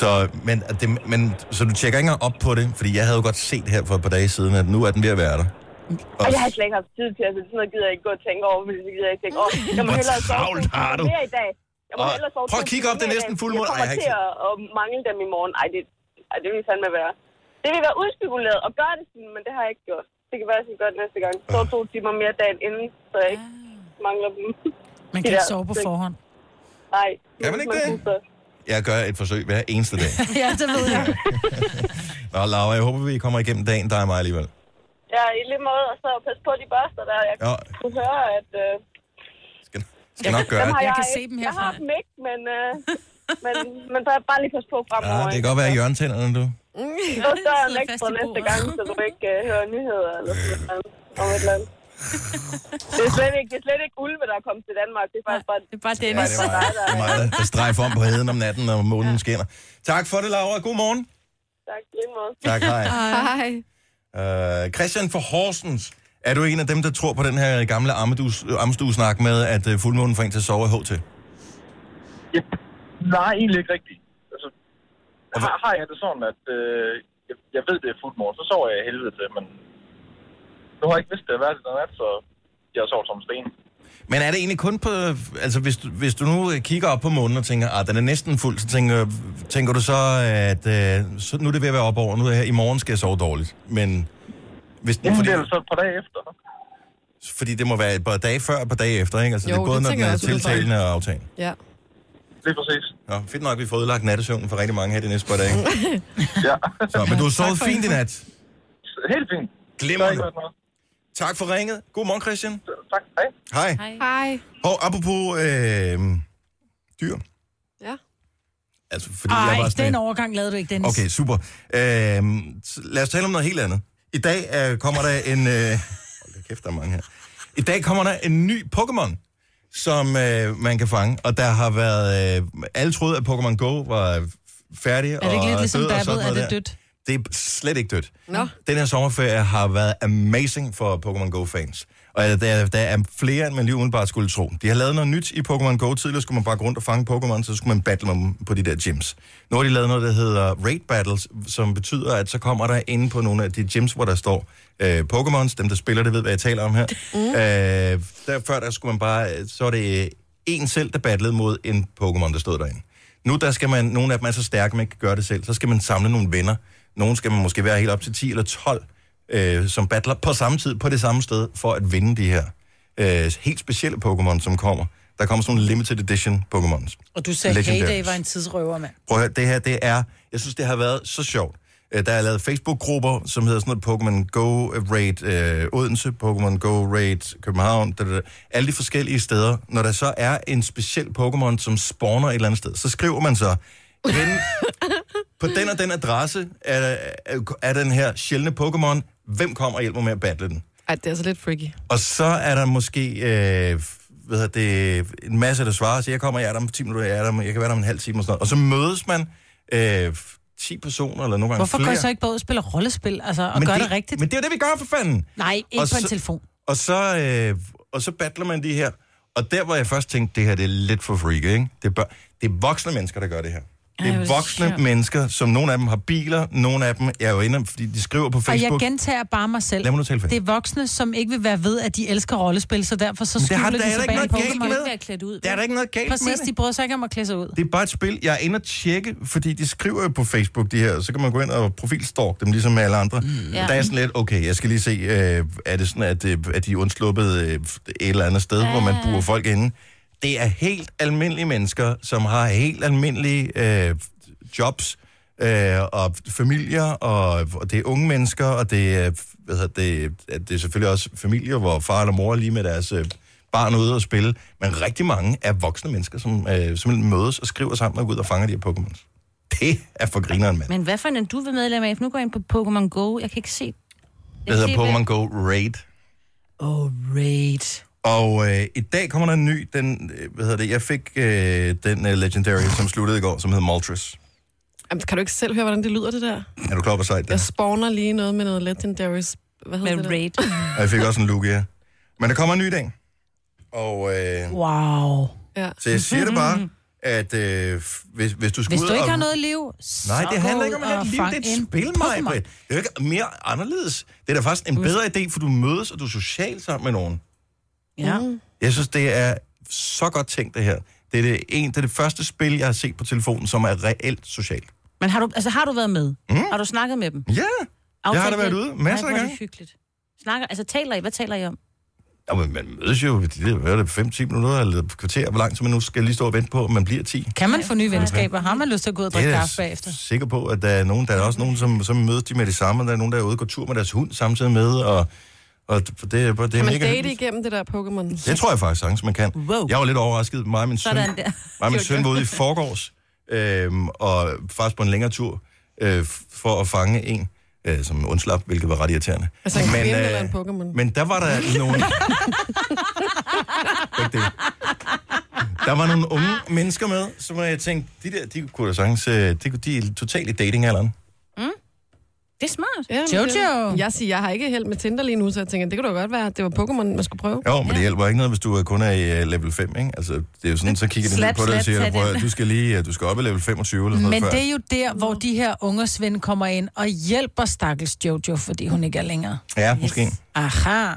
S1: Så, men, at det, men, så du tjekker ikke engang op på det? Fordi jeg havde jo godt set her for et par dage siden, at nu er den ved at være der. Og,
S9: Og jeg har slet ikke haft tid til, altså sådan noget gider jeg ikke gå og tænke over, fordi det gider jeg ikke tænke over. Jeg må
S1: Hvor
S9: hellere sove
S1: travlt
S9: to
S1: har
S9: timer
S1: du?
S9: mere i dag. Jeg må
S1: Og
S9: hellere sove
S1: prøv at
S9: to
S1: kigge op,
S9: timer
S1: det er
S9: mere i
S1: næsten
S9: dag.
S1: fuld måned.
S9: Jeg
S1: Ej, jeg
S9: kommer
S1: har
S9: til at, at mangle dem i morgen. Ej, det, ej, det vil fandme være. Det vil være udspekuleret at gøre det sådan, men det har jeg ikke gjort. Det kan være, at jeg skal gøre det næste gang. Sove to timer mere dagen inden, så jeg ikke mangler dem.
S4: Ah.
S9: Det
S4: Man kan ikke
S9: der-
S4: sove på
S9: det-
S4: forhånd.
S9: Nej.
S1: Kan man ikke det?
S9: husker.
S1: jeg gør et forsøg hver eneste dag.
S4: <laughs> ja, det ved jeg.
S1: Nå, Laura, jeg håber, vi kommer igennem dagen, dig og mig alligevel.
S9: Ja, i lige måde, og så pas på de børster der. Jeg
S1: Ja.
S9: kunne høre, at... Øh,
S1: Skal, skal nok gøre
S9: dem
S1: det.
S9: har
S4: Jeg kan
S9: ikke.
S4: se dem
S9: Jeg har
S4: herfra.
S9: dem ikke, men... Øh, men, men bare, bare lige pas på fremover.
S1: Ja, det kan
S9: ikke?
S1: godt være i hjørnetænderne, du.
S9: Så der er en
S4: sidder
S9: ekstra
S4: fast i
S9: næste
S4: bordet.
S9: gang, så du ikke uh, hører nyheder eller sådan noget om et eller
S4: <laughs>
S9: andet. Det er slet ikke, det er slet ikke ulve, der er kommet til Danmark. Det er faktisk bare...
S2: Det er bare
S1: Nej,
S2: Dennis.
S1: det var mig, det var mig der, der strejfer om på heden om natten, når månen skinner. Tak for det, Laura. God morgen.
S9: Tak, lige måde.
S1: Tak, hej.
S3: Hej.
S1: Uh, Christian for Horsens. Er du en af dem, der tror på den her gamle ammedus- øh, amstue-snak med, at uh, fuldmånen får en til at sove i HT?
S10: Yep. Nej, egentlig ikke rigtigt. Altså, har, har jeg det sådan, at øh, jeg, jeg ved, det er fuldmord, så sover jeg i helvede til, men nu har jeg ikke vidst det hver den nat, så jeg sover som en sten.
S1: Men er det egentlig kun på... øh, Altså, hvis du, hvis du nu øh, kigger op på månen og tænker, at den er næsten fuld, så tænker, tænker du så, at uh, så, nu er det ved at være op over, nu er jeg, i morgen skal jeg sove dårligt. Men hvis den,
S10: Jamen,
S1: fordi,
S10: det er jo så et par dage efter.
S1: fordi det må være et par dage før og et par dage efter, ikke? Altså, jo,
S3: Jo,
S1: det er både,
S3: det
S1: når den
S3: tænker jeg
S1: er
S3: også umiddelbart.
S1: tiltalende og aftalen.
S3: Ja.
S10: Lige præcis.
S1: Nå, fedt nok, vi får ødelagt nattesøvnen for rigtig mange her de næste par dage.
S10: <laughs> Ja,
S1: Så, men du har sovet fint i nat.
S10: helt fint. Der er
S1: Glimrende.
S10: ikke været noget.
S1: Tak for ringet. God morgen, Christian.
S10: Så, Tak, hej.
S1: Hej.
S3: Hej.
S1: Og apropos øh, dyr.
S3: Ja.
S1: Altså, fordi jeg
S4: Ej,
S1: var sådan
S4: den
S1: en-
S4: overgang lavede du ikke, Dennis.
S1: Okay, super. Øhm, s- lad os tale om noget helt andet. I dag øh, kommer der en... Øh, <laughs> hold da kæft, der er mange her. I dag kommer der en ny Pokémon, som øh, man kan fange. Og der har været... Øh, alle troede, at Pokémon Go var øh, f- færdig.
S4: Er det ikke lidt
S1: og
S4: ligesom
S1: død og sådan
S4: Dabbet? Er
S1: noget
S4: det
S1: der.
S4: dødt?
S1: Det er slet ikke dødt.
S3: Nå.
S1: Den her sommerferie har været amazing for Pokémon Go-fans. Og øh, der, der er flere, end man lige umiddelbart skulle tro. De har lavet noget nyt i Pokémon Go. Tidligere skulle man bare gå rundt og fange Pokémon, så skulle man battle dem på de der gyms. Nu har de lavet noget, der hedder Raid Battles, som betyder, at så kommer der inde på nogle af de gyms, hvor der står øh, Pokémons. Dem, der spiller det, ved, hvad jeg taler om her. Mm. Øh, der, før der skulle man bare... øh, Så er det øh, en selv, der battlede mod en Pokémon, der stod derinde. Nu der skal man, nogle af dem er så stærke, man ikke kan gøre det selv. Så skal man samle nogle venner. Nogle skal man måske være helt op til 10 eller 12, øh, som battler på samme tid, på det samme sted, for at vinde de her øh, helt specielle Pokémon, som kommer. Der kommer sådan nogle limited edition Pokémons.
S4: Og du sagde,
S1: Legendaries.
S4: Heyday var en tidsrøver, mand.
S1: Prøv at høre, det her, det er, jeg synes, det har været så sjovt. Øh, Der er lavet Facebook-grupper, som hedder sådan noget Pokémon Go Raid øh, Odense, Pokémon Go Raid København, da, da, da. alle de forskellige steder. Når der så er en speciel Pokémon, som spawner et eller andet sted, så skriver man så, hen, på den og den adresse er, der- er, er den her sjældne Pokémon, hvem kommer og hjælper med at battle den?
S3: Ej, det er altså lidt freaky.
S1: Og så er der måske øh, hvad hedder det, en masse, der svarer, så jeg kommer, jeg er der om 10 minutter, jeg, er der, om- jeg kan være der om en halv time og sådan noget. Og så mødes man øh, 10 personer, eller nogle gange
S4: Hvorfor går
S1: flere.
S4: I så ikke bare ud og spiller rollespil, altså, og
S1: Men
S4: gør det, rigtigt?
S1: Men det er det, vi gør for fanden.
S4: Nej, ikke
S1: Og
S4: på en
S1: så-
S4: telefon.
S1: Og så, øh, og så battler man de her. Og der, hvor jeg først tænkte, det her det er lidt for freak, ikke? Det er, bør- det er voksne mennesker, der gør det her. Det
S2: Ej, hvor
S1: er
S2: er det
S1: voksne
S2: sjovt.
S1: mennesker, som nogle af dem har biler, nogle af dem, jeg er jo inde, fordi de skriver på
S4: Og jeg
S1: Facebook.
S4: gentager bare mig selv.
S1: Lad mig nu tale for
S4: Det er voksne, som ikke vil være ved, at de elsker rollespil, så derfor så
S1: det har
S4: skjuler
S1: der
S4: de
S1: heller
S4: sig
S1: ikke
S4: bag en
S1: noget galt
S4: Pokémon.
S1: med.
S2: ikke være klædt ud.
S1: Der er da ikke noget galt med
S4: Præcis,
S1: det.
S4: de bryder sig ikke om at klæde sig ud.
S1: Det er bare et spil. Jeg er inde og tjekke, fordi de skriver på Facebook, de her. Så kan man gå ind og profilstalk dem, ligesom med alle andre. Mm. Ja. Der er sådan lidt, okay, jeg skal lige se, øh, er det sådan, at, øh, at de er undsluppet øh, et eller andet sted, ja. hvor man bruger folk inde. Det er helt almindelige mennesker, som har helt almindelige øh, jobs øh, og familier, og, og det er unge mennesker, og det er, hvad hedder det, at det er selvfølgelig også familier, hvor far eller mor er lige med deres øh, barn ude og spille. Men rigtig mange er voksne mennesker, som øh, simpelthen mødes og skriver sammen og går ud og fanger de her Pokémons. Det er for grineren, mand.
S2: Men hvad for en er du vil medlem af? For nu går jeg ind på Pokémon Go. Jeg kan ikke se...
S1: Det hedder Pokémon Go Raid.
S4: Oh, raid.
S1: Og øh, i dag kommer der en ny, den, øh, hvad hedder det, jeg fik øh, den øh, Legendary, som sluttede i går, som hedder Moltres.
S11: Jamen, kan du ikke selv høre, hvordan det lyder, det der?
S1: Er du klar på sejt?
S11: Jeg
S1: Yes.
S11: spawner lige noget med noget Legendaries. Hvad hedder
S2: Med
S11: det
S3: <laughs>
S2: Raid.
S1: Og jeg fik også en Lugia. Men der kommer en ny dag. Og, øh,
S4: Wow.
S11: der? Ja.
S1: så jeg siger det bare, at øh, hvis, hvis du skal
S4: Hvis
S1: ud
S4: du ikke
S1: og...
S4: har noget liv, så
S1: Nej, det handler
S4: gå
S1: ikke om
S4: ud
S1: at have
S4: og
S1: et liv.
S4: fang
S1: Det er et
S4: en
S1: spil,
S4: Pokémon.
S1: mig. Det er jo ikke mere anderledes. Det er da faktisk en bedre idé, for du mødes, og du er social sammen med nogen.
S4: Ja.
S3: Mm.
S1: Jeg synes, det er så godt tænkt, det her. Det er det, en, det, er det første spil, jeg har set på telefonen, som er reelt socialt.
S2: Men har du, altså, har du været med?
S1: Mm.
S2: Har du snakket med dem?
S1: Ja, jeg har da
S2: Aftalt
S1: været
S2: det?
S1: ude masser af
S2: Ej, hvor er
S1: gange.
S2: det hyggeligt. Snakker, altså taler I? Hvad taler I om?
S1: Nå, men man mødes jo, det er, hvad er det, 5-10 minutter eller et kvarter, hvor lang tid man nu skal lige stå og vente på, at man bliver 10.
S4: Kan man få nye venskaber? Har man lyst til at gå ud og
S1: Det er
S4: drikke
S1: jeg
S4: kaffe bagefter?
S1: sikker på, at der er nogen, der er også nogen, som, som mødes de med det samme, og der er nogen, der er ude og går tur med deres hund samtidig med, og, og det, det, er- det er
S11: Kan man
S1: mega
S11: date
S1: hyggeligt.
S11: igennem det der Pokémon?
S1: Det tror jeg faktisk sagtens, man kan.
S2: Wow.
S1: Jeg var lidt overrasket. Mig og min søn,
S2: Sådan
S1: mig
S2: der.
S1: og min søn var ude i forgårs, øhm, og faktisk på en længere tur, øh, f- for at fange en, øh, som undslap, hvilket var ret irriterende.
S11: Altså en
S1: Men,
S11: kvinde
S1: øh,
S11: eller en Pokémon?
S1: Men der var der nogle... Begge dele. der var nogle unge mennesker med, som jeg tænkte, de der, de kunne da sagtens, øh, de, de er totalt i datingalderen.
S4: Mm.
S2: Det er smart.
S11: Ja, men
S4: Jojo!
S11: Det, jeg siger, jeg har ikke held med Tinder lige nu, så jeg tænker, det kunne da godt være, at det var Pokémon, man skulle prøve.
S1: Jo, men det hjælper ikke noget, hvis du øh, kun er i øh, level 5, ikke? Altså, det er jo sådan, så kigger de ned
S2: Slap,
S1: på dig og
S2: slap,
S1: siger,
S2: tag
S1: prøv, at
S2: den."
S1: høre, du skal lige, øh, du skal op i level 25 eller sådan noget
S4: Men
S1: før.
S4: det er jo der, hvor de her ungers ven kommer ind og hjælper stakkels Jojo, fordi hun ikke er længere.
S1: Ja, måske.
S4: Aha.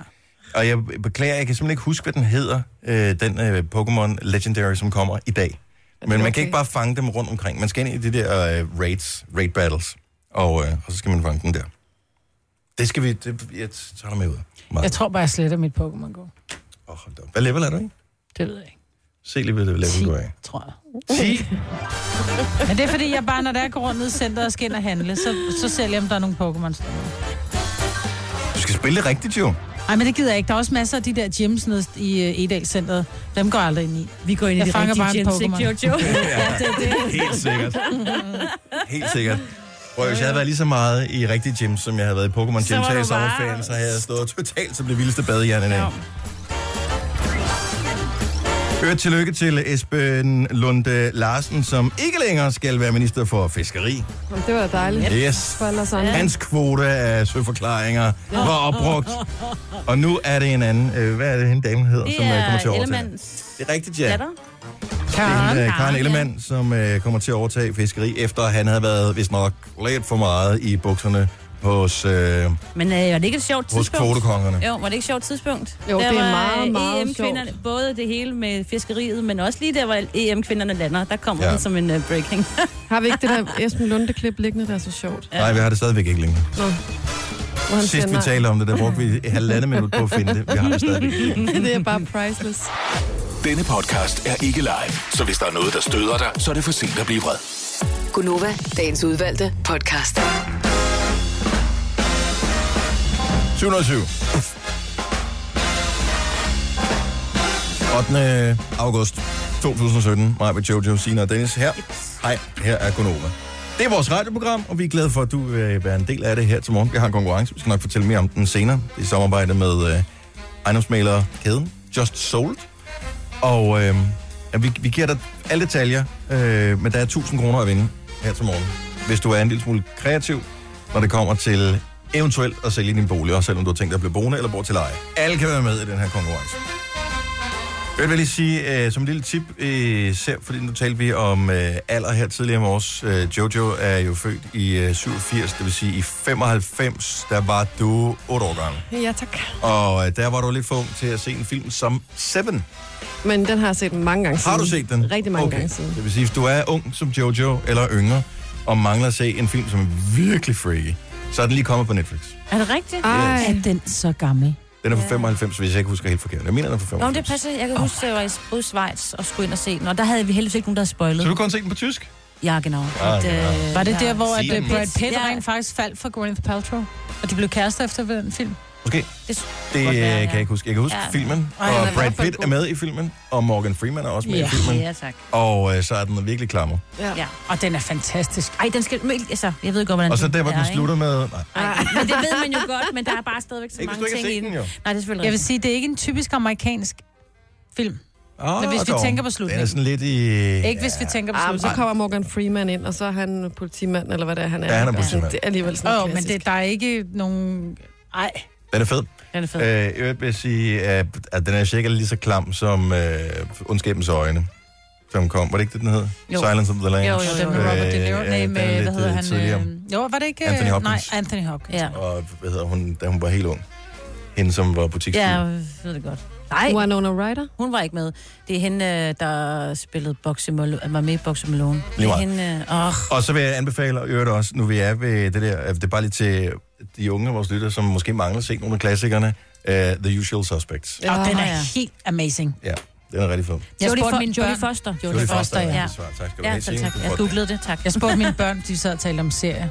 S1: Og jeg beklager, jeg kan simpelthen ikke huske, hvad den hedder, øh, den øh, Pokémon Legendary, som kommer i dag. Men man kan ikke bare fange dem rundt omkring. Man skal ind i de der øh, raids, raid battles, og, øh, og så skal man fange dem der. Det skal vi, det, jeg tager dig med ud. Meget.
S4: Jeg tror bare, jeg sletter mit Pokémon Go.
S1: Åh, hold da op. Hvad level er du, ikke?
S4: Det ved jeg ikke.
S1: Se lige, hvad level
S4: 10,
S1: du er af.
S4: tror jeg.
S1: 10?
S4: Men det er fordi, jeg bare, når der går rundt ned i centret og skal ind og handle, så, så sælger jeg, om der er nogle Pokémon.
S1: Du skal spille det rigtigt, jo.
S4: Nej, men det gider jeg ikke. Der er også masser af de der gyms nede i øh, Edal-centret. Dem går jeg aldrig ind i.
S12: Vi går ind i
S4: jeg
S12: de
S4: fanger
S12: rigtige
S4: bare en
S12: gyms, ikke,
S4: Pokémon.
S12: Jojo?
S4: <laughs> ja, det er det.
S1: Helt sikkert. Helt sikkert. Prøv, hvis jeg havde været lige så meget i rigtige gym, som jeg havde været i Pokémon
S12: Så
S1: Gym
S12: var
S1: her i
S12: du bare-
S1: sommerferien, så havde jeg stået totalt som det vildeste badehjerne i dag. Øvrigt tillykke til Esben Lunde Larsen, som ikke længere skal være minister for fiskeri.
S3: Jamen, det var da dejligt.
S1: Yes.
S3: For ellers andre.
S1: Hans kvote af søforklaringer var opbrugt. Og nu er det en anden. Øh, hvad er det, hende dame hedder, som øh, kommer til at overtage? Det er rigtigt, ja.
S2: datter.
S1: Karen,
S13: øh,
S1: Karen, Karen
S2: Karen,
S1: Ellemann, som øh, kommer til at overtage fiskeri, efter han havde været, hvis nok, lidt for meget i bukserne hos... Øh,
S2: Men øh, var det ikke et sjovt
S1: Hos
S2: tidspunkt?
S1: kvotekongerne.
S2: Jo, var det ikke et sjovt tidspunkt?
S11: Jo, det er meget, meget
S2: EM-kvinderne, Både det hele med fiskeriet, men også lige der, hvor EM-kvinderne lander, der kommer
S1: Ja.
S2: ja. den som en uh, breaking.
S3: <laughs> Har vi ikke det der Esben Lunde-klip liggende, der er så sjovt?
S1: ja. Nej, vi har det stadigvæk ikke længere.
S3: Nå. Hvor han
S1: Sidst vi
S3: sender-
S1: talte om det, der brugte vi et halvandet minut på at finde det. Vi har det
S11: <laughs>
S1: stadigvæk ikke længere.
S3: <laughs> det er bare priceless.
S7: Denne podcast er ikke live, så hvis der er noget, der støder dig, så er det for sent at blive vred.
S5: Gunova, dagens udvalgte podcast.
S1: 707. 8. august 2017. Mig med Jojo, Sina og Dennis her. Hej, her er Gunova. Det er vores radioprogram, og vi er glade for, at du vil være en del af det her til morgen. Vi har en konkurrence, vi skal nok fortælle mere om den senere. I samarbejde med øh, ejendomsmalerkæden Just Sold. Og øh, ja, vi, vi giver dig alle detaljer, øh, men der er 1000 kroner at vinde her til morgen. Hvis du er en lille smule kreativ, når det kommer til eventuelt at sælge din bolig, også selvom du har tænkt dig at blive boende eller bor til leje. Alle kan være med i den her konkurrence. Jeg vil lige sige, øh, som et lille tip, øh, ser, fordi nu talte vi om øh, alder her tidligere i morges. Øh, Jojo er jo født i øh, 87, det vil sige i 95, der var du 8 år gammel.
S3: Ja, tak.
S1: Og øh, der var du lidt for ung til at se en film som Seven.
S3: Men den har jeg set mange gange siden.
S1: Har du set den?
S3: Rigtig mange gange siden.
S1: Det vil sige, hvis du er ung som Jojo eller yngre, og mangler at se en film, som er virkelig freaky, så er den lige kommet på Netflix.
S2: er det rigtigt?
S3: Ej.
S4: Er den så gammel?
S1: Den er fra 95, hvis jeg ikke husker helt forkert. Jeg mener, den er fra
S2: Nå, men det
S1: 95.
S2: passer. Jeg kan huske, at jeg var i både Schweiz og skulle ind og se den, og der havde vi heldigvis ikke nogen, der havde spoilet.
S1: Så du kun set den på tysk?
S2: Ja, genau.
S1: Ah,
S2: At,
S1: genau.
S2: øh,
S4: Var det
S2: ja.
S4: der, hvor at,
S1: Sig
S4: øh,
S1: den.
S4: Brad Pitt
S2: Ja.
S4: rent faktisk faldt for Gwyneth Paltrow? Og de blev kærester efter ved den film?
S1: Måske.
S2: Det
S1: Det
S2: godt være,
S1: øh,
S2: ja.
S1: kan jeg ikke huske. Jeg kan huske
S2: Ja.
S1: filmen,
S4: Ej, han
S1: og
S4: er i
S1: Brad
S4: hvert fald
S1: Pitt
S4: god.
S1: er med i filmen, og Morgan Freeman er også med i
S4: Ja.
S1: filmen.
S2: Ja, tak.
S1: Og øh, så er den virkelig klammer.
S2: Ja.
S4: Og den er fantastisk.
S2: Ej, den skal... men, Altså, jeg ved godt, hvordan
S1: Og så der, hvor den
S2: ikke?
S1: slutter med... Nej,
S2: Ej, men det ved man jo godt, men der er bare stadigvæk så
S1: ikke hvis du
S2: mange
S1: ikke har
S2: ting i
S1: set
S2: den.
S1: den jo.
S2: Nej, det er selvfølgelig
S4: Jeg vil sige, det er ikke en typisk amerikansk film.
S1: Oh,
S4: Men hvis vi tænker på slutningen.
S1: Den er sådan lidt i...
S4: Ikke hvis vi tænker på
S3: Ah, men så
S4: slutningen.
S3: kommer Morgan Freeman ind, og så er han politimand, eller hvad det er, han er.
S1: Ja, han er
S3: Sådan,
S1: politimand.
S3: Det er alligevel sådan
S4: Åh,
S3: oh,
S4: oh, men det, der er ikke nogen... Ej.
S1: Den er fed.
S2: Den er fed.
S1: Øh, jeg vil jeg sige, at, at den er cirka lige så klam som øh, Undskabens Øjne, som kom. Var det ikke det, den hed?
S2: Jo.
S1: Silence of the Lambs.
S2: Jo,
S4: Og
S2: jo,
S4: den med Robert De Niro,
S1: Øh,
S4: nej,
S1: øh, den er
S4: med,
S1: lidt,
S4: hvad hedder
S1: øh,
S4: han?
S1: tidligere.
S4: Øh, jo, var det ikke...
S1: Anthony Hopkins.
S4: Nej, Anthony Hopkins.
S2: Ja.
S1: Og hvad hedder hun, da hun var helt ung? Hende, som var butikschef.
S2: Ja,
S1: Ja.
S2: jeg ved det godt. Nej,
S3: Winona Ryder?
S2: hun var ikke med. Det er hende, øh, der spillede Boxy Malone, øh, var med i Boxy Malone. Det er
S1: meget.
S2: hende... øh, Åh,
S1: Og så vil jeg anbefale, og i øvrigt også, nu vi er ved det der, øh, det er bare lige til de unge af vores lytter, som måske mangler at se nogle af klassikerne, uh, The Usual Suspects.
S4: Og den
S2: Åh,
S4: er
S2: ja.
S4: helt amazing.
S1: Ja, den er rigtig fed.
S4: Jeg
S2: Jodie
S4: spurgte
S2: Fo-
S4: mine
S2: Jodie
S4: børn-
S2: Foster.
S4: Jodie Foster,
S1: er
S4: ja.
S1: det svar. Tak skal du
S2: Ja,
S1: have.
S2: selv
S1: Signe.
S2: tak.
S1: Du
S2: Jeg
S1: får den.
S2: googlede det, tak.
S4: Jeg spurgte mine børn, de sad og talte om serier.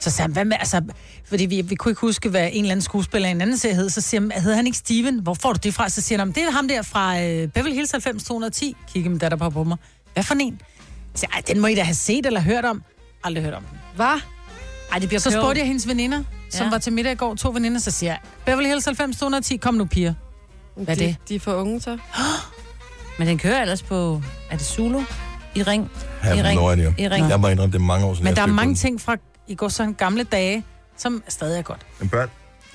S4: Så sagde han, hvad med, altså, fordi vi, vi kunne ikke huske, hvad en eller anden skuespiller i en anden serie hed, så siger han, hedder han ikke Steven? Hvor får du det fra? Så siger han, "Jamen, det er ham der fra øh, Beverly Hills 90 210. Kigge min datter på på mig. Hvad for en? Så siger, jeg, "Ej, den må I da have set eller hørt om. Aldrig hørt om den.
S3: Hvad?
S2: Ej, det bliver
S4: Så spurgte
S2: klogt.
S4: jeg hendes veninder, som
S2: Ja.
S4: var til middag i går, to veninder, så siger jeg, Beverly Hills 90 210, kom nu piger.
S3: Hvad
S4: er
S3: de,
S4: det?
S3: De er for unge, så.
S2: Men den kører ellers på... Er det Zulu? I ring?
S1: Ja,
S2: I
S1: nu er det jo.
S2: I ring.
S1: Jeg må indrømme, det er mange år siden.
S4: Men
S1: jeg
S4: der er
S1: stødte på
S4: mange
S1: den.
S4: ting fra i går sådan gamle dage, som stadig er godt.
S1: Men børn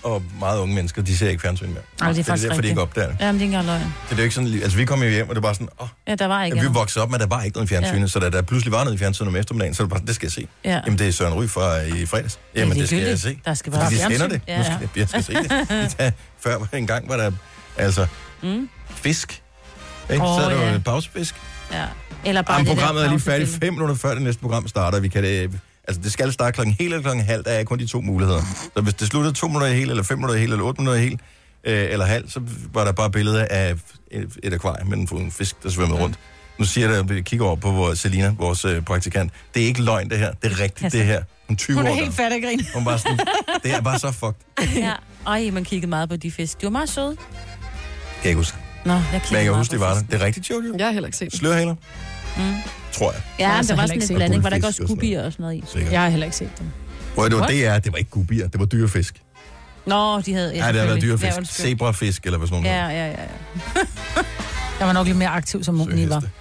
S1: og meget unge mennesker, de ser ikke fjernsyn mere.
S2: Nej, det er faktisk
S1: det er derfor, de
S2: rigtigt.
S1: ikke opdager det.
S2: Jamen, det er ikke engang løgn.
S1: Så det er jo ikke sådan, lige- altså vi kom jo hjem, og det var bare sådan, åh,
S2: Ja, der var ikke.
S1: Jamen, vi
S2: andet.
S1: voksede op med, at der var ikke noget i fjernsynet, ja.
S2: Ja.
S1: så da der pludselig var noget i fjernsynet om eftermiddagen, så var det bare, sådan, det skal jeg se.
S2: Ja.
S1: Jamen, det er Søren Ry fra øh, i fredags. Jamen, det skal jeg se.
S2: Der skal være
S1: Fordi de
S2: fjernsyn.
S1: sender det. Nu
S2: Ja, ja.
S1: skal jeg, jeg skal se
S2: <laughs>
S1: det. <laughs> Da, før en gang var der, altså,
S2: Mm.
S1: fisk. Ikke?
S2: Åh,
S1: så er der
S2: ja.
S1: jo pausefisk.
S2: Ja. Eller bare
S1: Jamen,
S2: det der
S1: programmet er lige færdigt
S2: pausefilm.
S1: fem minutter før det næste program starter. Vi kan det, altså, det skal starte klokken helt eller klokken halv. Der er kun de to muligheder. Så hvis det slutter to minutter i helt, eller fem minutter i helt, eller otte minutter i helt, øh, eller halv, så var der bare billeder af et, et akvarie med en, en fisk, der svømmede rundt. Nu siger jeg, at vi kigger over på vores Selina, vores øh, praktikant. Det er ikke løgn, det her. Det er rigtigt, det her. Hun er 20
S4: Hun
S1: år
S4: er helt
S1: gammel.
S4: fat af grin.
S1: Hun var
S2: <laughs>
S1: sådan, det er bare så fucked.
S2: Ja. Ej, man kiggede meget på de fisk. De var meget søde.
S1: Kan jeg ikke huske.
S2: Nå, jeg kiggede
S1: Men jeg kan
S2: meget
S1: huske,
S2: på
S1: det var der.
S2: fisk.
S1: Det er rigtigt, Jojo.
S11: Jeg har heller ikke set
S1: Slørhaler,
S2: Mm.
S1: tror jeg.
S2: Ja,
S11: har
S2: ja
S11: altså
S2: der
S11: heller
S2: var sådan
S11: ikke
S2: en
S11: set
S2: blanding. Var der ikke
S1: guldfisk
S2: også
S1: og sådan
S2: gubier og sådan noget i?
S1: Sikkert.
S4: Jeg har heller ikke set dem.
S1: Prøv, det var
S2: What?
S1: det, er. Det var ikke gubier. Det var dyrefisk.
S2: Nå, de havde...
S1: Nej, det har været
S2: selvfølgelig. Ja,
S1: dyrefisk.
S2: undskyld.
S1: Zebrafisk, eller hvad sådan noget.
S2: Ja, ja, ja. ja.
S4: <laughs> Jeg var nok lidt mere aktiv, som ung I var.
S1: Søheste.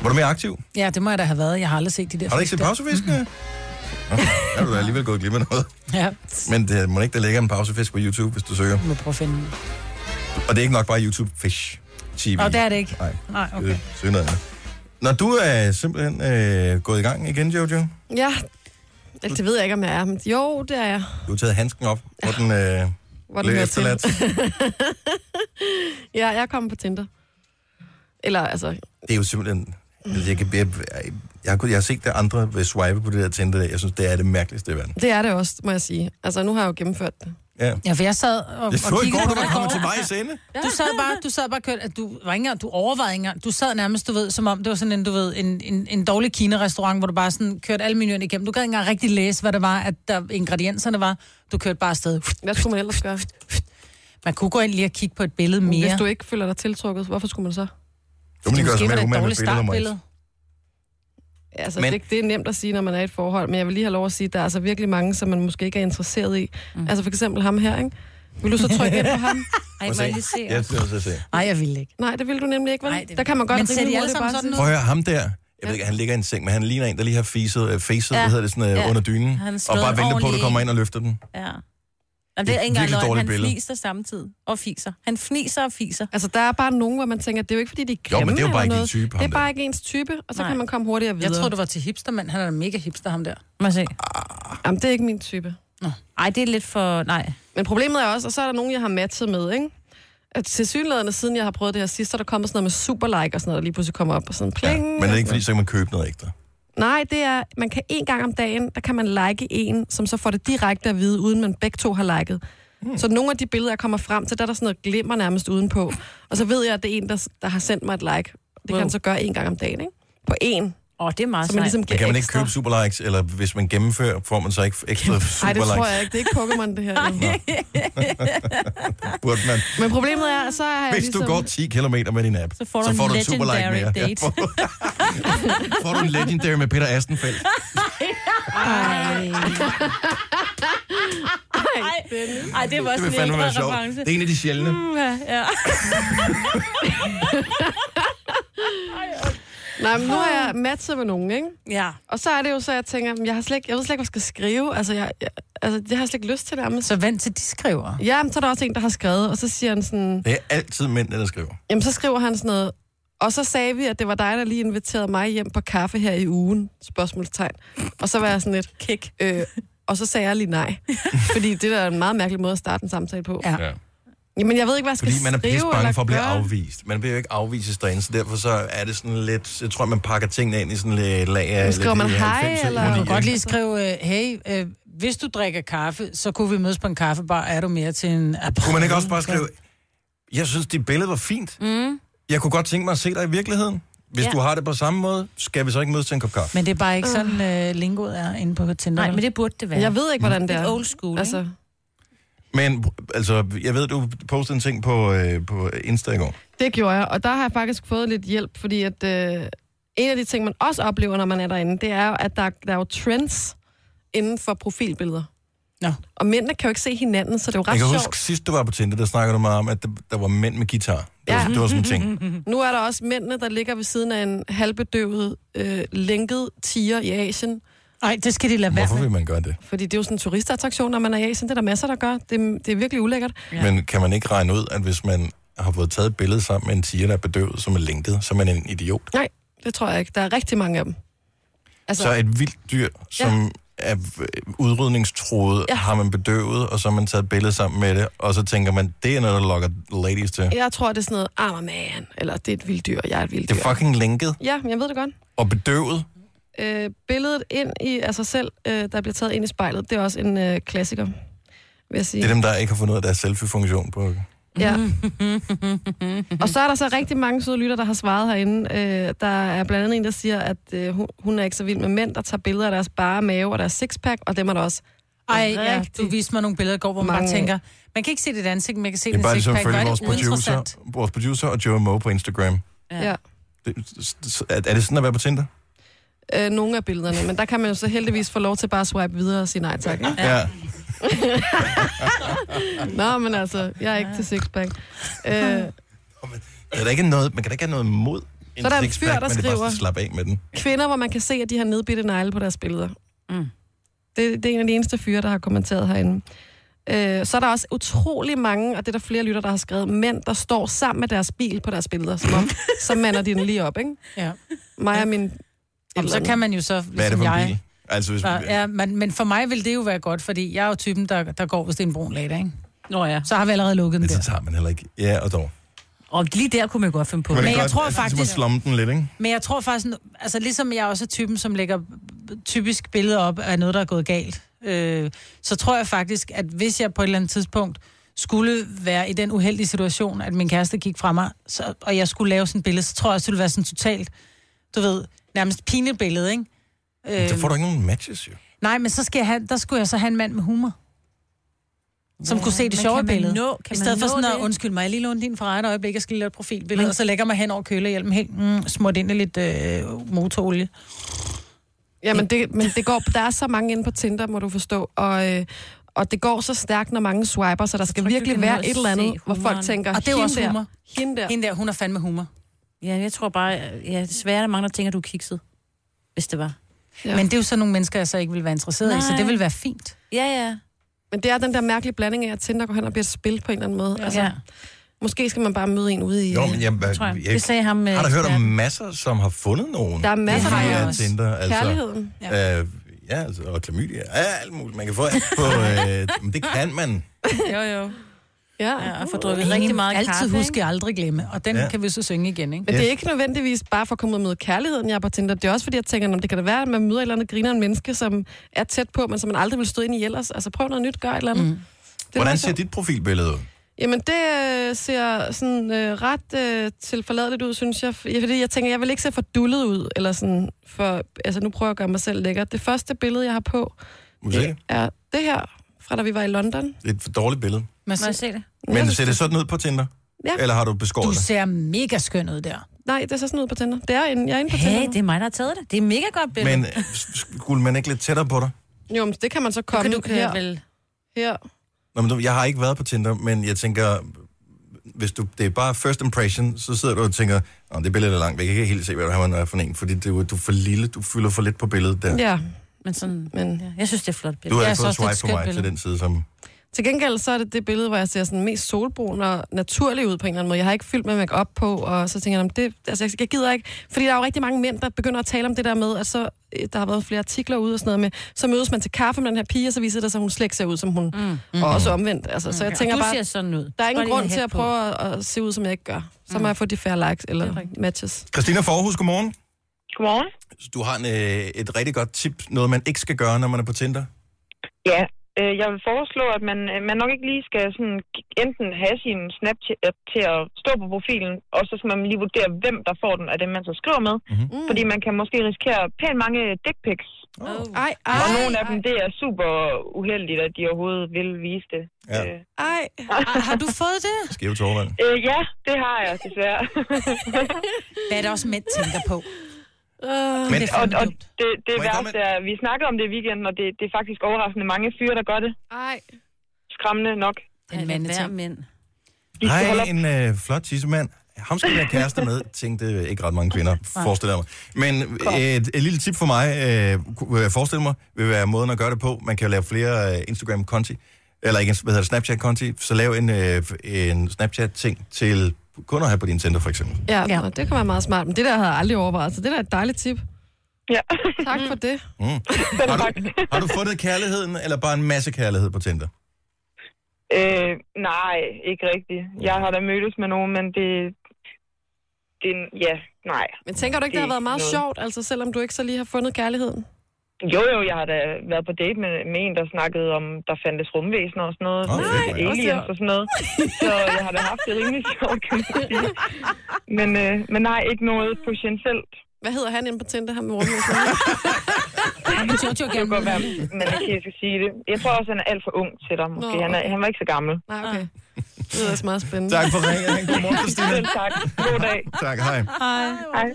S1: Var du mere aktiv?
S4: Ja, det må jeg da have været. Jeg har aldrig set de der
S1: Har du ikke set
S4: fisk der.
S1: pausefiskene? Mm-hmm. Nå, er du da alligevel gået glip af noget.
S4: <laughs> Ja,
S1: Men det må ikke, der ligger en pausefisk på YouTube, hvis du søger.
S4: jeg må prøve at finde dem.
S1: Og det er ikke nok bare YouTube Fish TV.
S4: Og det er det ikke.
S1: Nej,
S4: Nej,
S1: okay.
S4: okay.
S1: søg noget andet. Når du er simpelthen øh, gået i gang igen, Jojo,
S11: Ja, Eller, det ved jeg ikke, om jeg er. Men jo, det er jeg.
S1: du har taget handsken op, hvor den øh,
S11: Hvor
S1: blev
S11: hører
S1: efterladt.
S11: til. <laughs> ja, jeg er kommet på Tinder. Eller altså,
S1: Det er jo simpelthen... altså, Jeg, kan, jeg, jeg, jeg, har, kun- jeg har set det andre ved swipe på det der Tinder. der. Jeg synes, det er det mærkeligste i verden.
S11: det er det også, må jeg sige. Altså, nu har jeg jo gennemført det.
S1: Ja.
S4: Ja, for jeg sad og,
S1: Jeg så
S4: og
S1: i
S4: kiggede
S1: går,
S4: på
S1: du var
S4: dig i
S1: kommet
S4: går.
S1: til mig i sende.
S4: Du sad bare, du sad bare kørt, at du var ikke engang, du overvejede ikke engang. Du sad nærmest, du ved, som om det var sådan en, du ved, en, en, en dårlig kina-restaurant, hvor du bare sådan kørte alle menuerne igennem. Du gad ikke engang rigtig læse, hvad det var, at der ingredienserne var. Du kørte bare afsted.
S11: Hvad skulle man ellers gøre?
S4: Man kunne gå ind lige og kigge på et billede mere.
S11: Hvis du ikke føler dig tiltrukket, hvorfor skulle man så?
S1: Du må lige gøre sig
S4: Måske var
S1: mere
S4: det et
S1: umage med
S4: dårligt
S1: billede nummer et.
S4: startbillede.
S11: Altså,
S1: Men-
S11: men... det, det er nemt at sige, når man er i et forhold, men jeg vil lige have lov at sige, at der er altså virkelig mange, som man måske ikke er interesseret i. Mm. Altså for eksempel ham her, ikke? Vil du så trykke ind på
S4: <laughs>
S11: ham?
S1: Må
S2: Ej, må jeg
S1: se.
S2: lige se.
S1: Jeg synes, jeg ser.
S4: Nej, jeg ville ikke.
S11: Nej, det vil du nemlig ikke, vel?
S4: Nej, det vil-
S11: Der kan man godt
S4: Men ser de
S11: rimelig
S4: alle
S11: hurtigt
S4: sammen
S11: bare
S4: sådan
S11: sige-
S1: Prøv at høre ham der. Jeg ved ikke, han ligger i en seng, men han ligner en, der lige har fiset, øh, facet, ja. hvad hedder det, sådan, øh,
S2: Ja.
S1: under dynen.
S2: Han er
S1: Og
S2: slået
S1: bare venter på, at du
S2: ordentligt
S1: kommer
S2: i.
S1: ind og løfter den.
S2: Ja. Jamen, det er ikke engang
S1: virkelig
S2: løgn.
S1: dårligt
S2: Han
S1: billede.
S2: fniser samtidig. Og fiser. Han fniser og fiser.
S11: Altså, der er bare nogen, hvor man tænker, det er jo ikke, fordi de er
S1: Jo,
S11: grimme
S1: men det er jo bare ikke
S11: eller
S1: din
S11: noget.
S1: type,
S11: Det
S1: ham
S11: er bare ikke ens type, og så
S2: Nej.
S11: Nej. kan man komme hurtigere videre.
S4: Jeg troede, du var til hipster, men han er da mega hipster, ham der.
S2: Må jeg se.
S11: Jamen, det er ikke min type.
S2: Ej, det er lidt for... Nej.
S11: Men problemet er også, og så er der nogen, jeg har matchet med, ikke? At til synlædende, siden jeg har prøvet det her sidst, så er der kommet sådan noget med superlike og sådan noget, der lige pludselig kommer op og sådan
S1: Ja.
S11: pling.
S1: Men det er ikke, fordi så kan man købe noget ekstra.
S11: Nej, det er, man kan en gang om dagen, der kan man like en, som så får det direkte at vide, uden man begge to har liket.
S2: Hmm.
S11: Mm. Så nogle af de billeder, jeg kommer frem til, der er der sådan noget glimmer nærmest udenpå. Og så ved jeg, at det er en, der, der har sendt mig et like. Det kan
S2: Wow.
S11: han så gøre en gang om dagen, ikke? På en,
S2: Åh, oh, det er meget
S11: så man
S2: sejt.
S11: ligesom
S1: Men
S11: giver
S1: kan man ikke
S11: ekstra.
S1: købe superlikes, eller hvis man gennemfører, får man så ikke ekstra
S11: Nej, det
S1: superlikes?
S11: tror jeg ikke. Det er ikke Pokémon, det her. jo.
S1: Burde man.
S11: Men problemet er, så er jeg
S1: Hvis
S11: ligesom...
S1: du går 10 km med din app,
S2: Så får du
S1: så
S2: en
S1: får du en
S2: legendary
S1: superlike mere. Ja,
S2: date.
S1: får, får
S11: <laughs>
S1: du en legendary med Peter Astenfeldt.
S2: Ej, Ej, det var
S1: Det
S2: også
S1: vil
S2: en
S1: fandme
S2: ældre
S1: være sjovt.
S2: reference.
S1: Det er en af de sjældne.
S2: Ja, ja.
S11: Nej, men nu har
S4: Ah.
S11: jeg matchet med nogen, ikke?
S2: ja.
S11: Og så er det jo så, jeg tænker, "Men jeg, har slet ikke, jeg ved slet ikke, hvad jeg skal skrive. Altså, jeg, jeg, altså, jeg har slet ikke lyst til det. Men så,
S4: Så vent til, de skriver.
S11: ja, men så er der også en, der har skrevet, og så siger han sådan...
S1: Det er altid mænd, der skriver.
S11: Jamen, så skriver han sådan noget. Og så sagde vi, at det var dig, der lige inviterede mig hjem på kaffe her i ugen. Spørgsmålstegn. Og så var jeg sådan lidt... Kik. Øh, og så sagde jeg lige
S4: <laughs>
S11: nej. Fordi det der er en meget mærkelig måde at starte en samtale på.
S4: Ja.
S1: Ja.
S11: Jamen, jeg ved ikke, hvad jeg skal
S1: Fordi man er
S11: skrive
S1: pisse bange
S11: eller
S1: for at blive
S11: gøre.
S1: afvist. Man bliver jo ikke afvist derinde, så derfor så er det sådan lidt... Jeg tror, man pakker tingene ind i sådan lidt lag af...
S11: Men skriver
S1: lidt
S11: man
S1: i
S11: hej,
S1: 90'er
S11: eller-
S1: ironi,
S11: Man
S4: Du
S11: kunne
S1: ikke?
S4: kan godt lige skrive, øh, hey, øh, hvis du drikker kaffe, så kunne vi mødes på en kaffebar. Er du mere til en...
S1: Kunne man ikke også bare skrive, jeg synes, dit billede var fint. Mm. Jeg kunne godt tænke mig at se dig i virkeligheden. Hvis ja.
S2: Ja.
S1: du har det på samme måde, skal vi så ikke mødes til en kop kaffe?
S4: Men det er bare ikke sådan, øh, lingoet er inde på Tinder.
S2: Nej, men det burde det være.
S11: Jeg ved ikke, hvordan det
S2: Det
S11: er.
S2: er old school, altså,
S11: Altså,
S1: Men altså, jeg ved, du postede en ting på, øh, på Insta i går.
S11: Det gjorde jeg, og der har jeg faktisk fået lidt hjælp, fordi at, øh, en af de ting, man også oplever, når man er derinde, det er jo, at der, der er jo trends inden for profilbilleder.
S4: Nå.
S11: Og mændene kan jo ikke se hinanden, så det er jo
S1: Jeg
S11: ret
S1: kan
S11: sjovt.
S1: huske, sidst du var på Tinder, der snakkede du meget om, at der, der var mænd med guitar. Det var,
S11: <laughs> Ja.
S1: ja. det var sådan en ting.
S11: Nu er der også mændene, der ligger ved siden af en halvbedøvet, øh, lænket tiger i Asien.
S4: Nej, det skal de lade være
S1: Hvorfor
S4: med.
S1: vil man gøre det?
S11: Fordi det er jo sådan en turistattraktion, når man er i Asien. Det er der masser, der gør. Det, det er virkelig ulækkert.
S1: Ja. Men kan man ikke regne ud, at hvis man har fået taget et billede sammen med en tiger, der er bedøvet, som er linket, så er man en idiot?
S11: Nej, det tror jeg ikke. Der er rigtig mange af dem. Altså,
S1: Så et vildt dyr, som ja. er øh, udrydningstroet, ja.
S11: Ja.
S1: har man bedøvet, og så har man taget et billede sammen med det, og så tænker man, det er noget, der lokker ladies til. Ja.
S11: jeg tror, det er sådan noget, I'm a man, eller det er et vildt dyr, og jeg er et vildt dyr.
S1: Det er fucking linket
S11: Ja, jeg ved det godt.
S1: og bedøvet.
S11: øh, billedet ind i af sig selv, øh, der bliver taget ind i spejlet, det er også en øh, klassiker, vil jeg sige.
S1: Det er dem, der ikke har fundet ud af deres selfie-funktion på.
S11: Ja. <laughs> og så er der så rigtig mange søde lytter, der har svaret herinde. Øh, der er blandt andet en, der siger, at øh, hun- hun er ikke så vild med mænd, der tager billeder af deres bare mave og deres sixpack, og dem er der også.
S4: Ej, ja,
S11: rigtig
S4: du viste mig nogle billeder i går, hvor man
S11: mange
S4: bare
S11: af.
S4: tænker, man kan ikke se dit ansigt, men man kan se
S1: Det er
S4: din
S1: bare ligesom at
S4: sixpack. Hvor
S1: følge
S4: er
S1: vores
S4: det
S1: producer,
S4: uinteressant.
S1: vores producer og Joe Moe på Instagram.
S11: Ja.
S1: Det, s- er er det sådan at være på Tinder?
S11: Øh, nogle af billederne, men der kan man jo så heldigvis få lov til bare at swipe videre og sige nej tak. ikke?
S1: Ja.
S11: <laughs> Nå, men altså, jeg er ikke til sixpack. Øh,
S1: Er der ikke noget, man kan da ikke have noget mod en
S11: Så er der en
S1: sixpack,
S11: fyr, der
S1: men det er bare
S11: skriver-
S1: sådan, slap af med den.
S11: kvinder, hvor man kan se, at de har nedbidte negle på deres billeder.
S4: Mm.
S11: Det, det er en af de eneste fyre, der har kommenteret herinde. Øh, så er der også utrolig mange, og det er der flere lytter, der har skrevet, mænd, der står sammen med deres bil på deres billeder, som om, så mander de den lige op, ikke?
S4: Ja.
S11: Mig og min...
S4: Jamen, så kan man jo så, ligesom
S1: Hvad er det for en
S4: jeg,
S1: bil? Altså, hvis,
S4: Så, ja, men, men for mig vil det jo være godt, fordi jeg er jo typen, der, der går, hvis det er en brun lader, ikke?
S2: Nå ja.
S4: Så har vi allerede lukket den
S1: det
S4: der.
S1: tager man heller ikke. Ja, og dog.
S2: Og lige der kunne man godt finde på.
S1: Men,
S4: jeg
S1: det er godt,
S4: tror
S1: altså, ligesom
S4: faktisk-
S1: at slumme den lidt, ikke?
S4: Men jeg tror faktisk, altså ligesom jeg også er typen, som lægger typisk billeder op af noget, der er gået galt, øh, så tror jeg faktisk, at hvis jeg på et eller andet tidspunkt skulle være i den uheldige situation, at min kæreste gik fra mig, så, og jeg skulle lave sådan et billede, så tror jeg også, det ville være sådan totalt, du ved, nærmest pinligt billede, ikke?
S1: Men Så
S4: Øh,
S1: får du ikke nogen matches, jo.
S4: Nej, men så skal jeg have, der skulle jeg så have en mand med humor. Som
S2: Ja,
S4: kunne se
S2: men
S4: det sjove
S2: kan man
S4: billede.
S2: nå- kan
S4: I
S2: man
S4: stedet for
S2: nå
S4: sådan at,
S2: det?
S4: undskyld mig, jeg lige låne din fra et øjeblik, jeg skal lige lave et profilbillede, og så lægger mig hen over kølehjelmen helt mm, smurt ind i lidt øh, motorolie.
S11: Jamen, det, men det går, der er så mange inde på Tinder, må du forstå, og, øh, og det går så stærkt, når mange swiper, så der skal
S2: tror ikke, du
S11: virkelig
S2: kan nå
S11: være
S2: at
S11: et eller
S2: se
S11: andet, hvor folk
S2: humoren.
S11: tænker,
S4: Og det er jo
S11: "Hende
S4: også
S11: der,
S4: humor.
S11: Hende der.
S4: Hende der, hun er fandme humor.
S2: Ja, jeg tror bare, ja, desværre er der mange, der tænker, du er kikset. Hvis det var.
S11: Ja.
S4: Men det er jo sådan nogle mennesker, jeg så ikke vil være interesseret i, så
S2: Nej.
S4: det vil være
S11: <laughs>
S4: fint.
S2: Ja, ja.
S11: Men det er den der mærkelige blanding af, at Tinder går hen og bliver et spil på en eller anden måde. Ja. Altså,
S2: ja.
S11: Måske skal man bare møde en ude i...
S1: Jo, men jeg,
S2: Tror jeg.
S1: jeg,
S2: Det sagde ham... øh,
S1: har
S4: øh,
S1: da hørt om masser, som har fundet nogen.
S11: Der er masser
S1: via
S4: har jeg
S11: af
S4: også.
S1: Tinder, altså.
S11: kærligheden.
S1: Øh, ja, altså, og klamydia. Ja, alt muligt. Man kan få alt
S11: <laughs>
S1: på... Øh, men det kan man.
S2: Jo, jo.
S11: Ja.
S2: Ja,
S11: ja.
S2: og få drukket rigtig meget
S4: Altid
S2: kaffe,
S4: husk jeg aldrig glemme, og den
S1: Ja.
S4: ja. kan vi så synge igen, ikke?
S11: Men det er ikke nødvendigvis bare for at komme ud og møde kærligheden, jeg er på Tinder. Det er også fordi, jeg tænker, om det kan da være, at man møder et eller andet griner en menneske, som er tæt på, men som man aldrig vil stå ind i ellers. Altså prøv noget nyt, gør et eller andet. Mm. Det
S1: Hvordan
S11: meget
S1: ser
S11: sjovt.
S1: dit profilbillede ud?
S11: Jamen, det øh, ser sådan øh, ret øh, tilforladeligt ud, synes jeg. Ja, Fordi jeg tænker, jeg vil ikke se for dullet ud, eller sådan, for altså, nu prøver jeg at gøre mig selv lækker. Det første billede, jeg har på,
S1: Må vi se
S11: det
S1: det?
S11: er det her, fra da vi var i London.
S1: Det er et for dårligt billede.
S4: Men
S2: Må jeg
S4: så,
S2: se det?
S11: Jeg
S1: Men
S11: synes,
S1: ser det sådan ud på Tinder?
S11: Ja.
S1: Eller har du beskåret
S4: du
S1: dig?
S4: ser mega skøn ud der.
S11: Nej, det ser sådan ud på Tinder. Det er inde, jeg er inde på Tinder.
S2: Hey,
S11: nu.
S2: det er mig, der har taget det. Det er mega godt billede.
S1: Men øh, skulle man ikke lidt tættere på dig?
S11: Jo, men det kan man så
S2: Du
S11: komme
S2: kan, du kan
S11: her.
S2: vel...
S11: her.
S1: Nå, men du- jeg har ikke været på Tinder, men jeg tænker, hvis du, det er bare first impression, så sidder du og tænker, Nå, det billede er langt væk, jeg kan ikke helt se, hvad du har man er for en, fordi du, du er for lille, du fylder for lidt på billedet der.
S11: Ja,
S2: Men sådan...
S11: men
S2: Ja, jeg synes, det er et flot
S1: Du altså
S2: billede.
S1: har
S4: Jeg
S1: ikke fået
S4: synes også, det er et
S1: swipe på mig
S4: skønt
S1: til
S4: billede.
S1: den side, som...
S11: til gengæld så er det det billede, hvor jeg ser sådan mest solbrun og naturlig ud på en eller anden måde. Jeg har ikke fyldt med makeup på, og så tænker jeg, "Nå, men det, altså, jeg- jeg gider ikke. Fordi der er jo rigtig mange mænd, der begynder at tale om det der med, at så, øh, der har været flere artikler ude og sådan noget med, så mødes man til kaffe med den her pige, og så viser det sig, at hun slet ikke ser ud som hun. Mm, mm, og også omvendt. Altså, mm, så jeg
S2: Og
S11: tænker
S2: du
S11: bare,
S2: ser sådan ud.
S11: der er ingen
S2: Bare lige
S11: grund
S2: have
S11: til at
S2: hat på. Mm.
S11: prøve at, at se ud, som jeg ikke gør. Så må jeg få de færre likes eller matches.
S1: Christina Forhus, godmorgen.
S9: Godmorgen.
S1: Du har en, øh, et rigtig godt tip, noget man ikke skal gøre, når man er på Tinder.
S9: Ja, øh, jeg vil foreslå, at man, øh, man nok ikke lige skal sådan, k- enten have sin Snapchat til at stå på profilen, og så skal man lige vurdere, hvem der får den af dem, man så skriver med.
S1: Mhm.
S4: Mm.
S9: Mm-hmm. Fordi man kan måske risikere pænt mange dick pics.
S11: Ej,
S9: og
S11: ej,
S9: nogle af dem, det er super uheldigt, at de overhovedet vil vise det.
S1: Ja.
S9: Øh,
S11: ej.
S4: Har, har du fået det?
S1: Skæve tårvand.
S9: øh, ja, det har jeg desværre.
S4: Hvad er det også mænd tænker på?
S11: Øh,
S1: Men,
S4: Det er
S9: og
S4: fandme
S9: og
S4: dumt.
S9: det, det
S1: Må jeg
S9: værste
S1: komme
S9: er, vi snakkede om det i weekenden, og det, det er faktisk overraskende mange fyre, der gør det.
S11: ej.
S9: Skræmmende nok.
S4: En
S2: Ja, det er hver
S4: mandeting.
S2: mænd.
S9: De skal holde
S1: Hej,
S9: op.
S1: en øh, flot tissemand. Ham skal jeg kæreste
S9: <laughs>
S1: med, tænkte øh, ikke ret mange kvinder, forestiller jeg mig. Men øh, et, et lille tip for mig, øh, ku- øh, forestil mig, vil være måden at gøre det på. Man kan jo lave flere øh, Instagram-konti, eller ikke, hvad hedder det, Snapchat-konti. Så lav en, øh, en Snapchat-ting til kunder her på din Tinder, for eksempel.
S11: Ja,
S4: Ja.
S11: ja. Nå, det kan være meget smart. Men det der havde jeg aldrig overvejet, så det der er et dejligt tip.
S9: Ja,
S11: Tak for det.
S9: <laughs>
S1: Mm. Har, du, har du fundet kærligheden, eller bare en masse kærlighed på Tinder?
S9: Øh, nej, ikke rigtigt. Jeg har da mødtes med nogen, men det... det ja, nej.
S11: Men tænker du ikke, det har været meget sjovt, altså selvom du ikke så lige har fundet kærligheden?
S14: Jo, jo, jeg har da været på date med, med en, der snakkede om, der fandtes rumvæsener og sådan noget.
S1: Oh,
S14: nej, aliens og sådan noget. Så jeg har da haft det rimelig sjovt, kan man sige. Men, øh, men nej, ikke noget potentielt.
S11: Hvad hedder han inde på Tinder, ham med rumvæsener?
S14: Jojo det kunne godt være, man ikke helt skal sige det. Jeg tror også, han er alt for ung til dig, måske.
S11: Nå,
S14: Han, er,
S11: okay.
S14: han var ikke så gammel.
S11: Nej, okay. Ah. Det lyder også meget spændende.
S1: Tak for ringen.
S11: <laughs>
S1: Godmorgen, Christina.
S14: Selv tak. God dag.
S1: Tak, hej.
S11: Hej.
S14: Hej.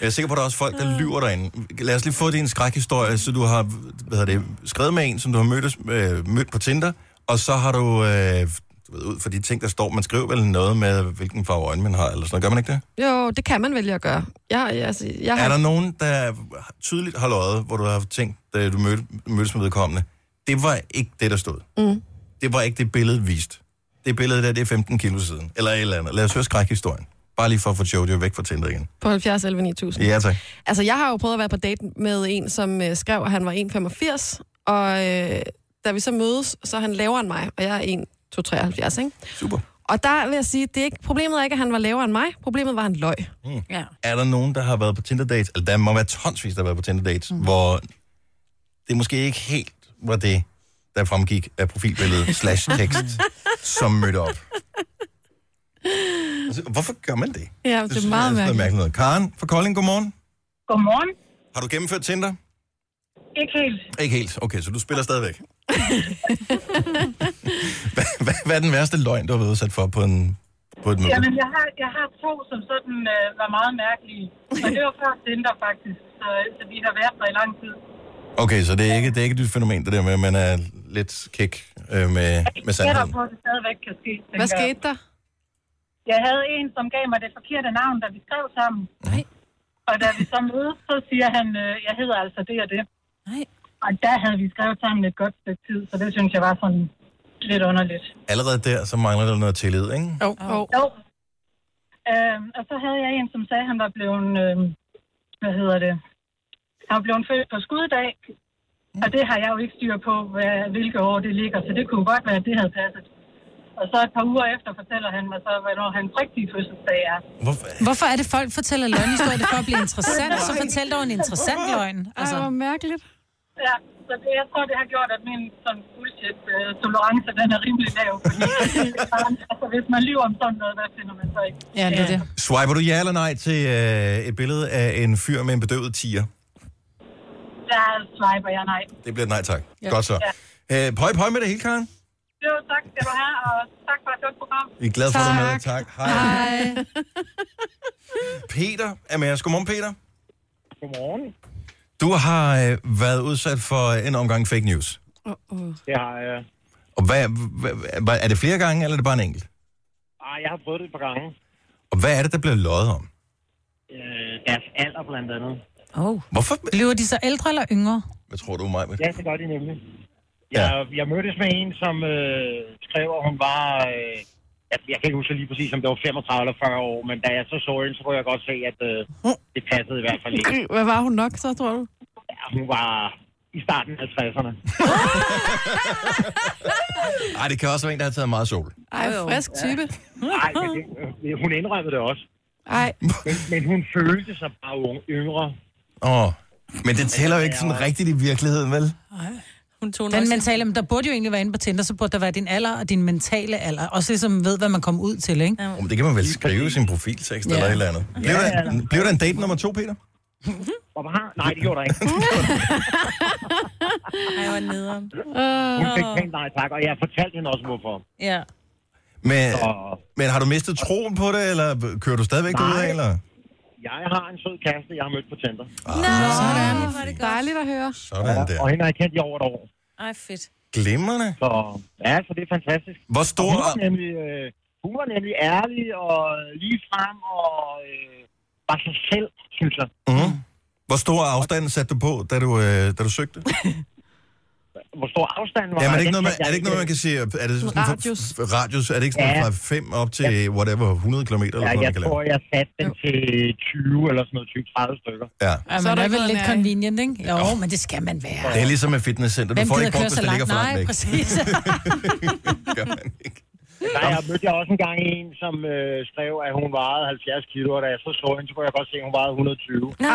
S1: Jeg er sikker på, at der er også folk, der lyver derinde. Lad os lige få din skrækhistorie, så du har hvad hedder det, skrevet med en, som du har mødt, øh, mødt på Tinder, og så har du, øh, du ved, ud for de ting, der står, man skriver vel noget med, hvilken farve øjne man har, eller sådan noget. Gør man ikke det?
S11: Jo, det kan man vælge at gøre. Jeg, jeg, altså, jeg
S1: Aha.
S11: har...
S1: Er der nogen, der tydeligt har løjet, hvor du har tænkt, da du mødte, mødtes med vedkommende, det var ikke det, der stod.
S11: Mm.
S1: Det var ikke det billede vist. Det billede der, det er 15 kilo siden. Eller et eller andet. Lad os høre skrækhistorien. Bare lige for at få Jojo væk fra Tinder igen.
S11: På 70 11 9000.
S1: Ja, tak.
S11: Altså, jeg har jo prøvet at være på date med en, som øh, skrev, at han var 1,85, og øh, da vi så mødes, så er han lavere end mig, og jeg er 1,73, ikke?
S1: Super.
S11: Og der vil jeg sige, det er ikke, problemet er ikke, at han var lavere end mig. Problemet var, at han løg.
S1: Mm.
S2: Ja.
S1: Er der nogen, der har været på Tinder-dates? Eller der må være tonsvis, der har været på Tinder-dates,
S11: Mhm.
S1: mm. hvor det måske ikke helt var det, der fremgik af
S11: <laughs>
S1: profilbilledet slash tekst, som mødte op. Altså, hvorfor gør man det?
S11: Ja, det, er meget
S1: Det er
S11: mærkeligt.
S1: mærkeligt noget. Karen fra Kolding, godmorgen.
S6: Godmorgen.
S1: Har du gennemført Tinder?
S6: Ikke helt.
S1: Ikke helt. Okay, så du spiller
S11: <laughs>
S1: stadigvæk. hvad, hvad, hvad er den værste løgn, du har været udsat for på, en, på et møde?
S6: Jamen, jeg har, jeg har to, som sådan øh, var meget mærkelige. Og
S11: <laughs>
S6: det var før Tinder, faktisk. Så, så vi har været der i lang tid.
S1: Okay, så det er ikke, det er ikke et fænomen, det der med, at man er lidt kæk øh, med, med
S6: Jeg er der
S1: sandheden.
S6: på, at det stadigvæk kan ske. tænker
S11: Hvad
S6: jeg.
S11: skete der?
S6: Jeg havde en, som gav mig det forkerte navn, da vi skrev sammen.
S2: Nej.
S6: Og da vi så mødes, så siger han, øh, jeg hedder altså det og det.
S2: Nej.
S6: Og der havde vi skrevet sammen et godt stykke tid, så det synes jeg var sådan lidt underligt.
S1: Allerede der, så mangler der noget tillid, ikke?
S11: Jo, jo.
S6: jo. Øhm, og så havde jeg en, som sagde, at han var blevet, øhm, hvad hedder det, han var blevet født på skuddag. Og det har jeg jo ikke styr på, hvad, hvilke år det ligger, så det kunne godt være, at det havde passet. Og så et par uger efter fortæller han mig så, hvornår hans rigtige fødselsdag er.
S1: Hvorfor?
S4: Hvorfor er det, folk fortæller løgnhistorier? Det er for
S3: <laughs>
S4: at blive interessant, så fortæl dog en interessant løgn.
S3: Ej, hvor
S4: Altså.
S3: mærkeligt.
S6: Ja, så det, jeg tror, det har gjort, at min sådan bullshit-tolerance, den er rimelig lav.
S3: <laughs>
S6: Fordi, altså, hvis man lyver om sådan noget, hvad finder man så ikke? Øh,
S4: Ja, det er det.
S1: Swiper du ja eller nej til øh, et billede af en fyr med en bedøvet tiger?
S6: <laughs> Der swiper jeg nej.
S1: Det bliver et nej tak.
S6: Ja.
S1: Ja. Godt så. Ja. Øh, pøj, pøj med det hele, Karen.
S6: Jo, tak skal du have, og tak for et godt program.
S1: Vi er glade for, at du er med.
S6: Tak.
S1: Tak. Hej. Hej. Peter er med os. Godmorgen, Peter.
S15: Godmorgen.
S1: Du har øh, været udsat for en omgang fake news.
S15: Det har øh, jeg.
S1: Og hvad, hvad, hvad, er det flere gange, eller er det bare en enkelt?
S15: Ah, jeg har prøvet det et par gange.
S1: Og hvad er det, der bliver løjet om?
S15: Øh, deres alder blandt andet.
S4: Oh.
S1: Hvorfor?
S4: Lever de så ældre eller yngre?
S1: Hvad tror du, mig?
S15: Ja, det gør de nemlig. Jeg, ja. jeg mødtes med en, som øh, skrev, at hun var... Øh, jeg, jeg kan ikke huske lige præcis, om det var 35 eller 40 år, men da jeg så så hende, så kunne jeg godt se, at øh, det passede i hvert fald ikke.
S3: Hvad var hun nok så, tror du?
S15: Ja, hun var i starten af 50'erne.
S1: Ej, det kan også være en, der har taget meget sol.
S3: Ej, frisk type.
S15: Nej, men det, øh, hun indrømmede det også.
S3: Nej.
S15: Men, men hun følte sig bare unge, yngre.
S1: Åh, men det tæller jo ikke sådan rigtigt i virkeligheden, vel?
S2: Hun tog
S4: Den mentale, men der burde jo egentlig være inde på Tinder, så burde der være din alder og din mentale alder. Også ligesom ved, hvad man kom ud til, ikke?
S1: Oh, men det kan man vel skrive i sin profiltekst ja.
S4: Ja.
S1: eller et eller andet. Blev,
S4: Ja,
S1: der,
S4: ja.
S1: blev der en date nummer to, Peter?
S15: Hvorfor har... Nej, det gjorde der ikke.
S3: <laughs>
S2: Ej, hvor nederen. Øh.
S15: Hun fik pænt nej tak, og jeg fortalte hende også, hvorfor.
S2: Ja.
S1: Men, men har du mistet troen på det, eller kører du stadigvæk
S15: Nej.
S1: ud af, eller?
S15: Jeg har en sød kæreste, jeg har mødt på Tinder.
S3: Sådan. Dejligt at høre.
S1: Sådan der.
S15: Og hende har jeg kendt i over et år.
S2: Ej, fedt.
S1: Glimrende.
S15: Så, ja, så det er fantastisk.
S1: Hvor stor...
S15: Og Hun var nemlig, øh, hun var nemlig ærlig og lige frem og øh, var sig selv, synes jeg.
S1: Mm. Hvor stor afstand satte du på, da du, øh, da du søgte?
S15: Hvor stor afstanden var.
S1: Ja, men er det
S15: den
S1: ikke noget, man,
S15: kendte
S1: er
S15: jeg
S1: det ikke noget, man kan sige? Er det sådan
S15: Radius.
S1: For, for, radius. Er det ikke sådan
S15: Ja.
S1: fra 5 op til whatever, 100 km eller
S15: Ja,
S1: sådan noget,
S15: jeg
S1: man kan
S15: tror,
S1: lave?
S15: jeg satte den til 20 eller sådan noget, 20-30 stykker.
S1: Ja.
S4: Ja,
S15: Så
S4: så
S15: er
S4: er
S15: der
S4: det er
S15: ikke
S4: vel
S15: noget
S4: lidt
S15: nær.
S4: convenient, ikke? Jo, jo, men det skal man være.
S1: Det er ligesom et fitnesscenter. Du
S4: Hvem
S1: får det
S4: gider
S1: ikke brugt,
S4: køre
S1: hvis
S4: så
S1: det ligger for
S4: langt?
S1: langt
S4: Nej,
S1: væk. <laughs>
S4: præcis.
S15: Nej, jeg mødte også en gang en, som øh, skrev, at hun vejede 70 kilo, og da jeg så så hende, så kunne jeg godt se, at hun vejede 120.
S3: Nej.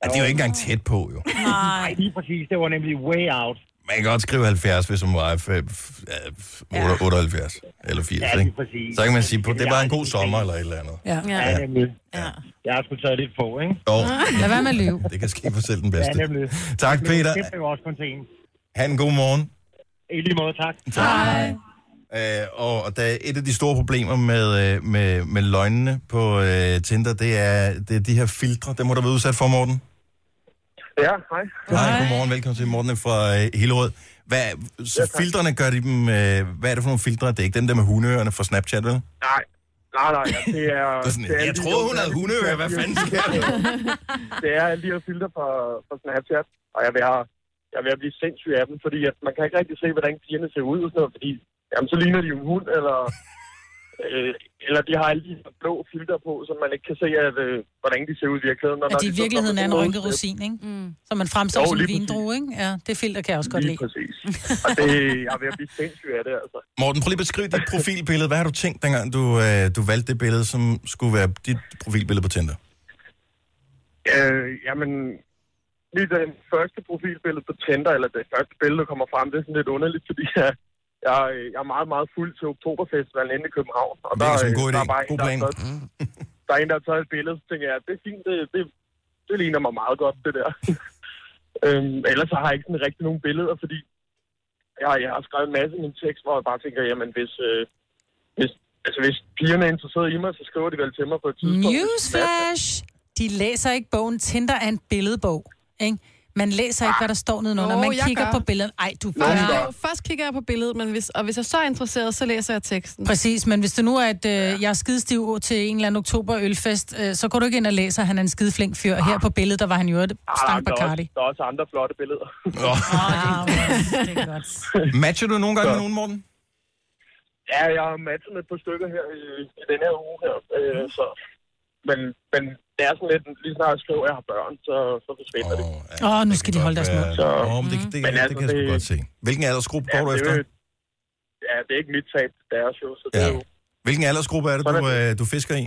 S1: Ja, det er jo ikke engang tæt på, jo.
S15: Nej. Lige præcis, det var nemlig way out.
S1: Man kan godt skrive 70, hvis hun var f- f- f- 78 eller 80,
S15: Ja, lige
S1: ikke?
S15: præcis.
S1: Så kan man sige, på- det var en
S15: Ja,
S1: god
S15: det er
S1: sommer eller et eller andet.
S15: Ja, ja,
S1: Ja.
S15: nemlig. Ja. Jeg har sgu taget lidt på, ikke?
S1: Jo.
S4: Lad være med at lyve.
S1: Det kan ske for selv den
S15: Ja,
S1: bedste.
S15: nemlig.
S1: Tak,
S15: Men
S1: Peter.
S15: Det blev også kun til en.
S1: Ha' en god morgen.
S15: I lige måde, tak.
S1: Hej. Øh, og og der er et af de store problemer med, øh, med, med løgnene på øh, Tinder, det er, det er de her filtre. Dem må du være udsat for, Morten.
S10: Ja, hej.
S1: Hej, godmorgen. Velkommen til Morten fra øh, Hillerød. Hvad, så ja, filtrene gør de dem... Øh, hvad er det for nogle filtre? Det er ikke dem der med hundeørerne fra Snapchat, vel?
S10: Nej, nej, nej, ja, det er...
S1: Det er <laughs> sådan,
S10: det er
S1: jeg troede, hun havde hundeører. Hvad fanden sker der?
S10: <laughs> Det er alle de her filter fra, fra Snapchat, og jeg vil, have, jeg vil blive sindssyg af dem, fordi at man kan ikke rigtig se, hvordan pigerne ser ud og sådan noget, fordi jamen, så ligner de jo en hund, eller, øh, eller de har alle de her blå filter på, så man ikke kan se, at, øh, hvordan de ser ud i virkeligheden. og
S4: At
S10: når
S4: de i
S10: så
S4: virkeligheden
S10: kommer
S4: er en
S10: på måde,
S4: rynket
S10: så-
S4: rosin, ikke? Mm. Som man fremstår
S10: Jo,
S4: som en
S10: lige præcis.
S4: vindrue, ikke? Ja, det filter kan jeg også godt
S10: Lige
S4: lide.
S10: præcis. Og det, jeg vil blive sindssyg af det, altså.
S1: Morten, prøv lige at beskrive
S4: <laughs>
S1: dit profilbillede. Hvad har du tænkt, dengang du, øh, du valgte det billede, som skulle være dit profilbillede på Tinder?
S10: Øh, jamen, lige den første profilbillede på Tinder, eller det første billede, der kommer frem, det er sådan lidt underligt, fordi jeg, jeg, jeg er meget, meget fuld til Oktoberfestivalen inde i København. Og
S1: Det
S10: der,
S1: virker som en
S10: øh,
S1: god idé.
S10: der er bare
S1: God
S10: en, der,
S1: plan. Mm.
S10: har taget, der er en, der har taget et billede, så tænker jeg, det er fint, det, det, det ligner mig meget godt, det der. <laughs> øhm, ellers så har jeg ikke sådan rigtig nogen billeder, fordi jeg, jeg har skrevet en masse i min tekst, hvor jeg bare tænker, jamen hvis... Øh, hvis Altså, hvis pigerne er interesseret i mig, så skriver de vel til mig på et tidspunkt.
S4: Newsflash! De læser ikke bogen. Tinder er en billedbog, ikke? Man læser ikke, hvad der står nedenunder.
S11: Nå,
S4: Man
S11: jeg
S4: kigger
S11: gør.
S4: på billedet. Ej, du
S11: Nej,
S4: bare...
S11: jo, først kigger jeg på billedet, men hvis, og hvis jeg så er interesseret, så læser jeg teksten.
S4: Præcis, men hvis det nu er, at øh, jeg er skidestiv til en eller anden oktoberølfest, øh, så går du ikke ind og læser, at han er en skideflink fyr. Her på billedet, der var han jo et
S10: Ah,
S4: stank
S10: der, er
S4: Bacardi.
S10: også, der er også andre flotte billeder.
S4: Ah, det er godt.
S1: Matcher du nogle gange med nogen, Morten?
S10: Ja, jeg har matchet med et par stykker her i, i den her uge her. Øh,
S1: Mm-hmm.
S10: så. Men, men det er sådan lidt, lige snart jeg skriver, at jeg har børn, så, så forsvinder oh, det.
S4: Åh, oh, nu skal de holde deres mund.
S1: Ja, så... det, det, det,
S10: Men
S1: det,
S10: altså,
S1: det kan jeg sgu
S10: det-
S1: godt se. Hvilken aldersgruppe går du
S10: det er
S1: efter?
S10: jo- Ja, det er ikke mit tab, det er jo, så det ja. er jo...
S1: Hvilken aldersgruppe er det, du, øh, du fisker i?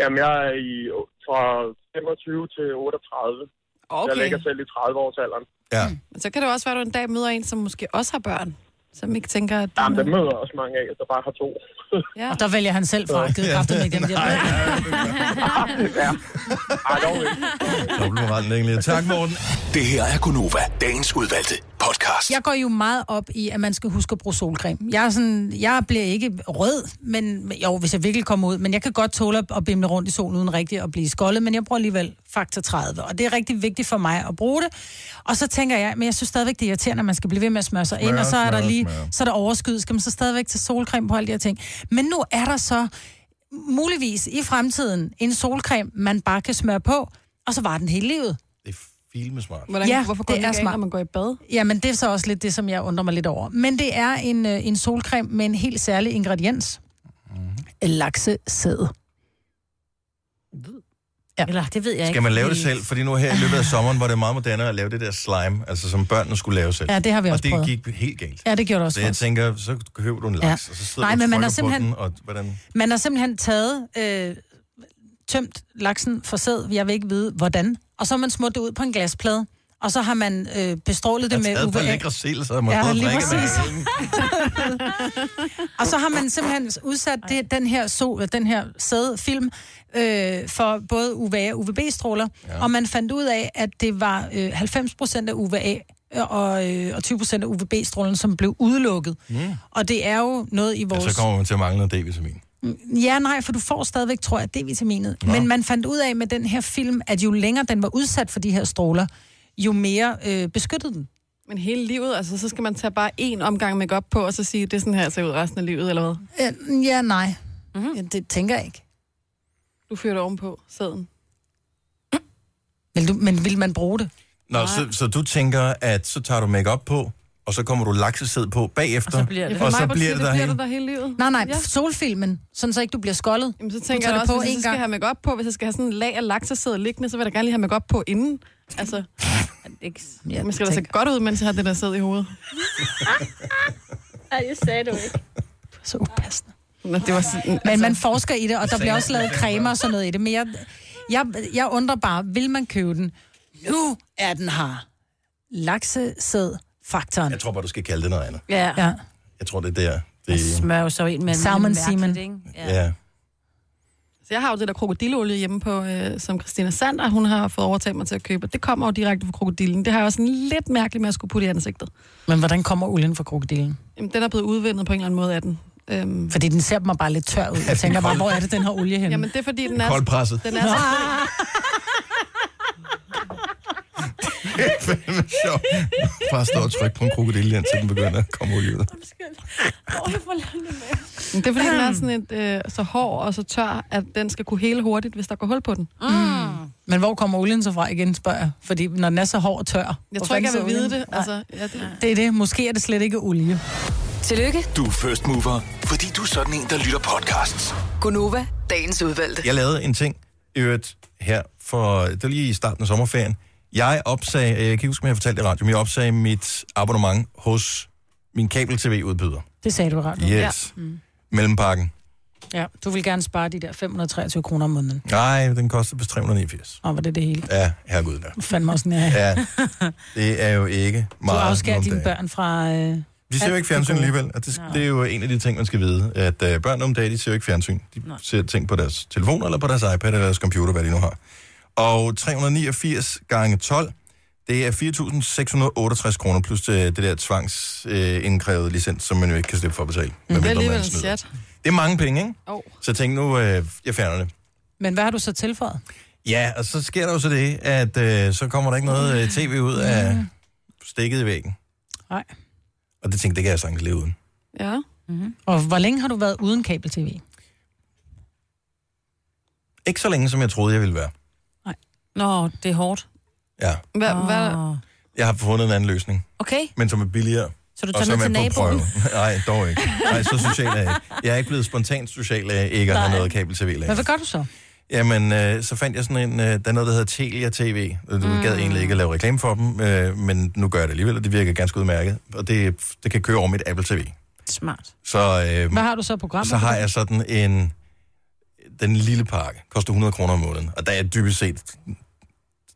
S10: Jamen, jeg er i, fra 25 til 38. Okay. Jeg
S11: Okay.
S10: ligger selv i 30-årsalderen.
S1: Ja.
S11: Men Så kan det jo også være, at du en dag møder en, som måske også har børn, som ikke tænker, at...
S10: Jamen, der møder også mange af, der bare har to.
S11: <laughs> Ja.
S4: Og der vælger han selv fra. Givet kraften med dem.
S10: ja. Ej, dog ikke.
S1: Dobbeltmoralen egentlig. Tak, Morten.
S7: Det her er Gunova, dagens udvalgte podcast.
S4: Jeg går jo meget op i, at man skal huske at bruge solcreme. Jeg, er sådan, jeg bliver ikke rød, men men- jo, hvis jeg virkelig kommer ud. Men jeg kan godt tåle at- at bimle rundt i solen uden rigtigt at blive skoldet, men jeg bruger alligevel faktor 30. Og det er rigtig vigtigt for mig at bruge det. Og så tænker jeg, men jeg synes stadigvæk, det er irriterende, at man skal blive ved med at smøre sig ind,
S12: Smør,
S4: og så er der
S12: smør,
S4: lige
S12: smør.
S4: så er der overskyet. Skal man så stadigvæk tage solcreme på alle de her ting? Men nu er der så muligvis i fremtiden en solcreme, man bare kan smøre på, og så var den hele livet.
S1: Filmesmart.
S11: Hvordan, ja, hvorfor går det er smart. når man går i bad?
S4: Jamen, det er så også lidt det, som jeg undrer mig lidt over. Men det er en, øh, en solcreme med en helt særlig ingrediens. Mm. Laksesæde. Ja.
S2: Eller, det ved jeg
S1: Skal man lave det selv? Fordi nu her i løbet af sommeren var det meget moderne at lave det der slime, altså som børnene skulle lave selv.
S4: Ja, det har vi
S1: og
S4: også
S1: det
S4: prøvet.
S1: gik helt galt.
S4: Ja, det gjorde det også
S1: Så jeg
S4: for os.
S1: tænker, så køber du en laks,
S4: Ja.
S1: ja. og så sidder
S4: Nej,
S1: du
S4: men man har
S1: og trykker på
S4: simpelthen- Øh,
S1: den, og hvordan...
S4: Man har simpelthen taget, øh, tømt laksen for sæd, jeg vil ikke vide hvordan, og så har man smurt det ud på en glasplade, og så har man øh, bestrålet det
S1: Jeg
S4: med
S1: taget på
S4: UVA.
S1: lækre sild, så jeg må
S4: Ja,
S1: ja,
S4: lige
S1: drikke
S4: præcis.
S1: med.
S4: <laughs> Og så har man simpelthen udsat det, den her, sol, den her sædfilm øh, for både UVA og UVB-stråler. Ja. Og man fandt ud af, at det var øh, 90% af UVA og, øh, og 20% af UVB-strålen, som blev udelukket.
S1: Mm.
S4: Og det er jo noget i
S1: Ja,
S4: vores...
S1: så kommer man til at mangle noget D-vitamin.
S4: Ja, nej, for du får stadigvæk, tror jeg, D-vitaminet. Men man fandt ud af med den her film, at jo længere den var udsat for de her stråler, jo mere øh, beskyttede den.
S11: Men hele livet, altså, så skal man tage bare én omgang make op på, og så sige, det er sådan her, jeg ser ud resten af livet, eller hvad?
S4: Øh, ja, nej. Mm-hmm. Ja, det tænker jeg ikke.
S11: Mhm. Du fyrer det ovenpå sæden.
S4: Vil du, men vil man bruge det?
S1: Nå, så, så du tænker, at så tager du makeup på, og så kommer du laksesæd på bagefter,
S4: så bliver det-
S1: og så
S11: Maj-Brit
S1: bliver
S11: siger,
S1: det
S11: det bliver
S1: derhen.
S11: det der hele livet.
S4: Nej, nej,
S11: Ja.
S4: ja. solfilmen, sådan så ikke du bliver skoldet.
S11: Jamen, så
S4: Du
S11: tænker
S4: tager
S11: jeg
S4: det
S11: også,
S4: på
S11: hvis jeg
S4: en
S11: så skal
S4: gang.
S11: have make op på, hvis jeg skal have sådan en lag af laksesæde liggende, så vil jeg da gerne lige have make op på inden. Altså,
S4: <laughs> ja,
S11: man skal da se godt ud, mens jeg har det der sæde i hovedet.
S2: Nej, det sagde du ikke.
S4: Så upassende.
S11: Nå, det var sådan, altså- <laughs>
S4: Men man forsker i det, og der bliver også lavet cremer og sådan noget i det. Men jeg, Jeg, jeg undrer bare, vil man købe den? Nu er den her. Laksesæd faktoren.
S1: Jeg tror bare, du skal kalde det noget andet.
S4: Ja. ja.
S1: Jeg tror, det er der. Det,
S2: Smør jo så ind med
S4: Salmon semen.
S1: ja. ja.
S11: Så jeg har jo det der krokodilleolie hjemme på, øh, som Christina Sander, hun har fået overtalt mig til at købe. Det kommer jo direkte fra krokodillen. Det har jeg også sådan lidt mærkeligt med at skulle putte i ansigtet.
S4: Men hvordan kommer olien fra krokodillen?
S11: Jamen, den er blevet udvendet på en eller anden måde af den. Øhm.
S4: Fordi den ser mig bare lidt
S1: <laughs>
S4: tør ud. Jeg tænker bare, hvor er det, den her olie henne?
S11: Jamen, det er fordi, den er...
S1: Koldt presset.
S11: Den er
S4: <laughs>
S11: så...
S1: Det er <laughs> fandme sjovt. Bare stå og trykke på en krokodille, indtil den begynder at komme olie ud.
S11: Men Det er fordi, den er sådan et, øh, så hård og så tør, at den skal kunne hele hurtigt, hvis der går hul på den.
S4: Ah.
S11: Mm.
S4: Men hvor kommer olien så fra igen, spørger jeg. Fordi når den er så hård og tør...
S11: Jeg
S4: hvor
S11: tror ikke, jeg
S4: fanden
S11: vil
S4: så
S11: vide
S4: olien?
S11: det. Altså, ja, det...
S4: Det er det. Måske er det slet ikke olie.
S5: Tillykke,
S7: Du er first mover, fordi du er sådan en, der lytter podcasts.
S5: Gunova, dagens udvalgte.
S1: Jeg lavede en ting, i øvrigt, her for, det var lige i starten af sommerferien. Jeg opsagde, øh, jeg kan ikke huske, om jeg fortalte det i radioen, men jeg opsagde mit abonnement hos min kabel-tv-udbyder.
S4: Det sagde du ret.
S1: Yes.
S4: Ja. Mm.
S1: Mellempakken.
S4: ja. Du vil gerne spare de der 523 kroner om måneden.
S1: Nej, den koster vist 389.
S4: Og var det det hele?
S1: Ja, herregud da.
S4: Fandme også nær. <laughs>
S1: Ja, det er jo ikke
S4: Du
S1: meget.
S4: afskærer
S1: om
S4: dine
S1: dagen.
S4: børn fra... Øh,
S1: De ser jo
S4: alt
S1: ikke
S4: det
S1: fjernsyn
S4: gode. Mm.
S1: alligevel, og det,
S4: Nå.
S1: det er jo en af de ting, man skal vide, at øh, børn om dagen, de ser jo ikke fjernsyn. De
S4: Nej.
S1: ser ting på deres telefon, eller på deres iPad, eller deres computer, hvad de nu har. Og 389 gange 12, det er 4.668 kroner, plus øh, det, det der tvangsindkrævede øh, indkrævede licens, som man jo ikke kan slippe for at betale. Mm.
S11: det er alligevel en chat.
S1: det er mange penge, ikke?
S11: Oh.
S1: Så tænk nu, øh, jeg fjerner det.
S4: Men hvad har du så tilføjet?
S1: Ja, og så sker der jo så det, at øh, så kommer der ikke noget øh, tv ud af stikket i væggen.
S4: Nej.
S1: Og det tænkte, det kan jeg sagtens leve uden.
S11: Ja.
S4: Mm-hmm. Og hvor længe har du været uden kabel-tv?
S1: Ikke så længe, som jeg troede, jeg ville være.
S2: Nå, det er hårdt.
S1: Ja.
S11: Hva,
S4: Ah.
S11: oh. hva,
S1: Jeg har fundet en anden løsning,
S2: Okay,
S1: men som er billigere.
S2: så du
S1: og
S2: tager
S1: som
S2: med
S1: er
S2: til
S1: på prøve. <laughs>
S2: naboen.
S1: Nej, dog ikke. Nej, så social er jeg ikke. Jeg er ikke blevet spontant social af ikke at have
S4: Nej.
S1: noget kabel-tv
S4: Men
S1: længere.
S4: hvad gør du så?
S1: Jamen, øh, så fandt jeg sådan en, øh, der er noget, der hedder Telia TV. Du mm. gad egentlig ikke at lave reklame for dem, øh, men nu gør jeg det alligevel, og det virker ganske udmærket. Og det, det kan køre over mit Apple TV.
S2: Smart.
S1: Så, øh,
S4: Hvad har du så programmet?
S1: så har jeg sådan en... Den lille pakke koster 100 kroner om måneden, og der er dybest set...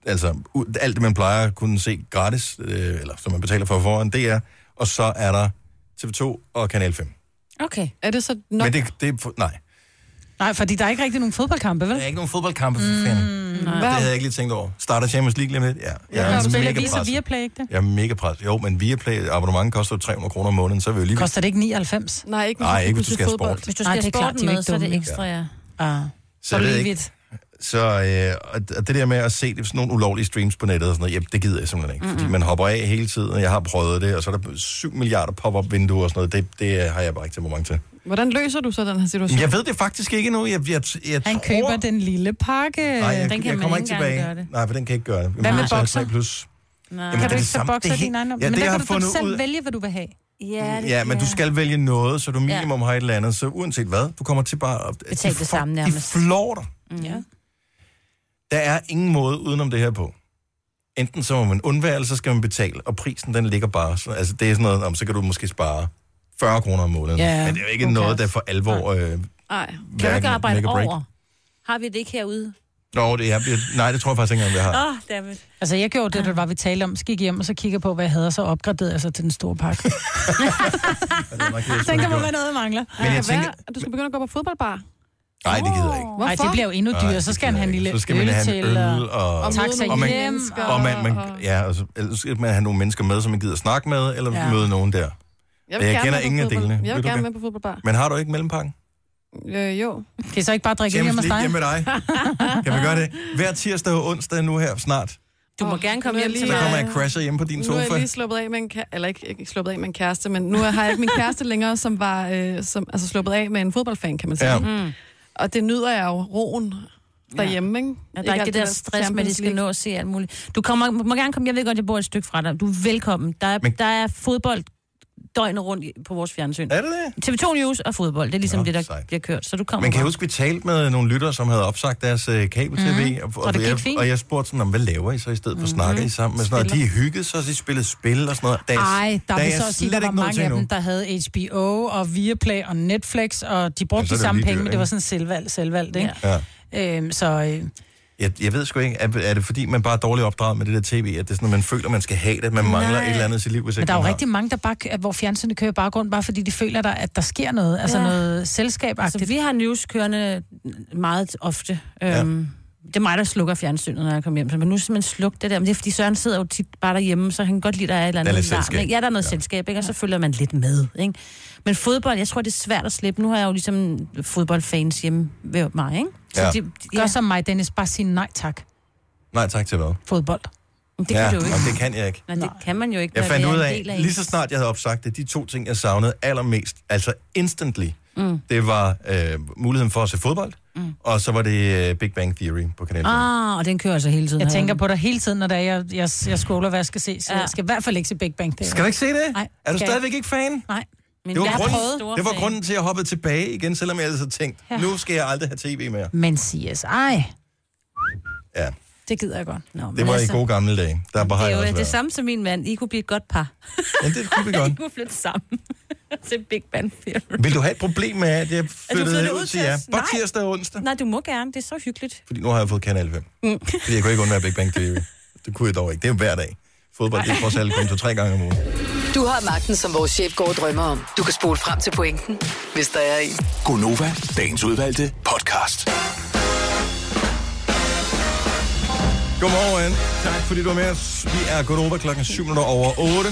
S1: Altså, u- alt det, man plejer at kunne se gratis, øh, eller som man betaler for foran, det er... Og så er der TV2 og Kanal 5.
S2: Okay.
S11: er det så
S1: Nå.
S11: nok?
S1: Men det, det er... fu- Nej,
S4: Nej, fordi der er ikke rigtig nogen fodboldkampe, vel?
S1: der er ikke nogen fodboldkampe, for fanden. Mm, det havde jeg ikke lige tænkt over. Starter Champions League lige om lidt? Ja. Jeg
S4: Kan du
S1: er altså
S4: spille
S1: mega
S4: aviser via
S1: presset.
S4: Play, ikke det?
S1: Jeg er mega presset. Jo, men Viaplay abonnement koster jo 300 kroner om måneden, så er vi jo lige...
S4: Koster det ikke 99?
S11: Nej, ikke,
S1: Nej,
S11: kunne
S1: ikke, hvis
S11: se
S1: du skal have
S11: fodbold.
S1: sport.
S2: Hvis du
S4: Nej,
S2: skal
S4: det er
S2: have
S4: klart,
S2: sporten
S4: de er jo
S2: med,
S4: ikke
S2: så er det
S4: dumme.
S2: ekstra, ja.
S4: Ah.
S1: Så jeg ved ikke,
S4: vidt.
S1: Så øh, og og det der med at se det, sådan nogle ulovlige streams på nettet og sådan noget, jamen, det gider jeg simpelthen ikke. Mm-hmm. Fordi man hopper af hele tiden, og jeg har prøvet det, og så er der 7 milliarder pop-up vinduer og sådan noget. Det, det øh, har jeg bare ikke temperament til.
S11: Hvordan løser du så den her situation?
S1: Men jeg ved det faktisk ikke endnu. Jeg, jeg, jeg
S4: Han
S1: tror...
S4: køber den lille pakke.
S1: Nej, jeg,
S2: øh, Den kan
S1: jeg
S2: man
S1: kommer
S2: ikke
S1: ikke
S2: engang
S1: tilbage.
S2: gøre det.
S1: Nej, for den kan ikke gøre det.
S4: Hvad med bokser?
S1: 3 plus.
S2: Nej.
S1: Jamen, det
S4: Kan du
S1: er
S4: ikke
S1: det
S4: så
S1: samme.
S4: bokse
S1: Det er
S4: din
S1: helt-
S4: egen om?
S1: Ja,
S4: Men
S1: det
S4: der
S1: har jeg
S4: kan du for
S1: fundet
S4: selv
S1: ud af.
S4: vælge, hvad du vil have.
S2: Ja, det øh,
S1: Ja, men du skal vælge noget, så du
S2: Ja.
S1: minimum har et eller andet. Så uanset hvad, du kommer til bare at...
S2: Betal det
S1: de-
S2: samme
S1: De
S2: nærmest.
S1: flår dig.
S4: Ja.
S1: Der er ingen måde udenom det her på. Enten så må man undvære, eller så skal man betale, og prisen den ligger bare. Så, altså det er sådan noget, om så kan du måske spare 40 kroner om måneden.
S4: Ja,
S1: Men det er jo ikke
S4: okay.
S1: noget, der for alvor... Øh,
S11: Nej.
S2: Kan du
S1: hverken
S2: ikke arbejde
S1: make a break.
S2: over? Har vi det ikke herude?
S1: Nå, det er, bliver- nej, det tror jeg faktisk ikke engang, vi har.
S2: Åh, oh, dammit.
S4: Altså, jeg gjorde det, der var, vi talte om. Så gik jeg hjem, og så kigger på, hvad jeg havde, og så opgraderede <laughs> jeg så til den store pakke.
S1: Det er nok det, jeg skulle
S4: Tænker
S1: have
S4: man,
S1: gjort.
S4: hvad noget mangler.
S1: Men jeg
S11: Kan
S1: tænker...
S11: være, at du skal begynde at gå på fodboldbar.
S1: Nej, det gider jeg ikke.
S4: Nej,
S11: Hvorfor?
S4: det bliver jo endnu
S1: Nej,
S4: dyrere.
S1: det
S4: Så skal
S1: gider jeg
S4: han have en
S1: ikke.
S4: lille
S1: Så skal man
S4: øl
S1: have en
S4: til,
S1: øl, og...
S11: Og
S4: taxa
S11: møde nogle
S4: hjem,
S11: mennesker,
S1: Og man, man, ja, altså, ellers skal man have nogle mennesker med, som man gider snakke med, eller ja.
S4: Ja.
S1: møde nogen der. Jeg
S11: Jeg, gerne
S1: kender
S11: med på
S1: ingen af
S11: fodbold.
S1: delene.
S11: Jeg
S1: Vil
S11: vil
S1: du
S11: gerne
S1: gerne?
S11: med på fodboldbar.
S1: Men har du ikke mellempakken?
S11: Øh, jo.
S4: Kan I så ikke bare drikke øl hjemme
S1: Champions
S4: hos
S1: League
S4: dig?
S1: hjemme med dig.
S11: <laughs>
S1: Kan vi gøre det? Hver tirsdag og onsdag nu her snart,
S2: Du må
S11: Åh,
S2: gerne komme
S11: nu er
S2: hjem
S11: jeg
S2: til
S1: der
S11: lige-
S2: mig.
S1: kommer jeg og crasher hjemme på din
S11: Nu er jeg
S1: sofa.
S11: lige sluppet af med en kæreste, eller ikke, ikke sluppet af med en kæreste, men nu har jeg ikke min kæreste længere, som var øh, som, altså sluppet af med en fodboldfan, kan man sige.
S1: Ja.
S11: Ja. Og det nyder jeg jo, roen derhjemme, ikke?
S2: Ja, der er ikke det der stress med, at de skal nå at se alt muligt. Du kommer, må gerne komme, jeg ved godt, jeg bor et stykke fra dig. Du er velkommen. Der er,
S1: Men-
S2: Men... der er fodbold døgnet rundt i- på vores fjernsyn.
S1: Er det det?
S2: TV2 News og fodbold, det er ligesom
S1: Nå,
S2: det, der
S1: sejt.
S2: bliver kørt. Så du kommer
S1: Men kan jeg
S2: bare.
S1: huske, vi talte med nogle lytter, som havde opsagt deres øh, kabel-tv, mm. og,
S4: Og Mhm. det gik
S1: jeg,
S4: fint. Mhm.
S1: og jeg spurgte sådan, "Nå, hvad laver I så i stedet for? Snakker I sammen? Med sådan noget. De hyggede sig, og de spillede spil og sådan noget. Der, er-
S4: Ej, der,
S1: er
S4: der vil
S1: jeg
S4: så også sige,
S1: slet
S4: der var
S1: ikke nået
S4: mange
S1: til
S4: af
S1: endnu.
S4: dem, der havde HBO og Viaplay og Netflix, og de brugte
S1: Ja, så
S4: ja,
S1: er
S4: de
S1: det
S4: samme
S1: lige
S4: penge,
S1: dyrt,
S4: men
S1: ikke?
S4: det var sådan selvvalgt, selvvalgt ikke?
S1: Ja.
S4: Ja. Øhm, så, øh,
S1: Jeg, jeg ved sgu ikke, er, er det fordi, man bare er dårligt opdraget med det der tv, at det er sådan, at man føler, man skal have det, man mangler
S4: Nej.
S1: et eller andet i sit liv, hvis
S4: Men
S1: ikke
S4: der er jo
S1: man har.
S4: rigtig mange, der bare, kø- hvor fjernsynet kører i baggrund, bare fordi de føler, der, at der sker noget. Altså
S2: Ja.
S4: ja. noget selskab
S2: Altså, vi har news kørende meget ofte. Ja. Øhm, det er mig, der slukker fjernsynet, når jeg kommer hjem. Så man nu skal man slukke det der. Men det er, fordi Søren sidder jo tit bare derhjemme, så han kan godt lide, at der er et eller
S4: Der er
S2: andet
S4: lidt selskab.
S2: Ikke? Ja, der er noget ja. selskab, ikke? og så følger man lidt med. Ikke? Men fodbold, jeg tror, det er svært at slippe. Nu har jeg jo ligesom fodboldfans hjemme ved mig. Ikke? Så
S1: Ja.
S2: de,
S4: Gør som mig, Dennis. Bare sige nej tak.
S1: Nej, tak til hvad?
S4: Fodbold.
S2: Men
S4: det kan du jo ikke.
S1: jamen, det kan jeg ikke.
S2: Nej, det kan man jo ikke.
S1: Jeg
S2: når
S1: fandt
S2: det er
S1: ud
S2: en
S1: af,
S2: del
S1: lige så
S2: ens-
S1: snart jeg havde opsagt det, de to ting, jeg savnede allermest, altså instantly,
S2: Mm.
S1: det var øh, muligheden for at se fodbold, mm. og så var det øh, Big Bang Theory på kanalen.
S2: Ah, og den kører altså hele tiden.
S4: Jeg
S2: herinde.
S4: tænker på dig hele tiden, når det er, jeg, jeg, jeg scroller, hvad jeg skal se. Så
S2: Ja.
S4: ja. jeg skal i hvert fald ikke se Big Bang. Theory.
S1: Skal du ikke se det?
S4: Nej.
S1: Er du
S4: skal
S1: stadigvæk ikke fan?
S4: Nej.
S2: Men
S1: det, var grunden, det var grunden til, at jeg hoppede tilbage igen, selvom jeg ellers havde tænkt, ja.
S4: Ja.
S1: nu skal jeg aldrig have tv mere.
S4: Men CSI,
S1: Ja,
S4: det gider jeg godt. Nå,
S1: det var altså, i gode gamle dage. Der bare har
S2: Det
S1: jeg
S2: er
S1: også
S2: jo det
S1: været.
S2: samme som min mand. I kunne blive et godt par.
S1: Men det
S2: <laughs>
S1: kunne vi godt.
S2: I kunne flytte sammen <laughs> til Big Bang Theory.
S1: Vil du have et problem med, at jeg flyttede ud til jer?
S2: os?
S1: Bare
S2: Nej.
S1: tirsdag og onsdag.
S2: Nej, du må gerne. Det er så hyggeligt.
S1: Fordi nu har jeg fået Kanal 5.
S2: Mm.
S1: Fordi jeg kunne ikke undvære Big Bang Theory. Det kunne jeg dog ikke. Det er hver dag. Fodbold, det er trods alt kun to-tre gange om ugen.
S5: Du har magten, som vores chef går og drømmer om. Du kan spole frem til pointen, hvis der er en.
S7: Gonova, dagens udvalgte podcast.
S1: Godmorgen. Tak fordi du er med os. Vi er gået over klokken 7 minutter over
S4: <laughs>
S1: 8.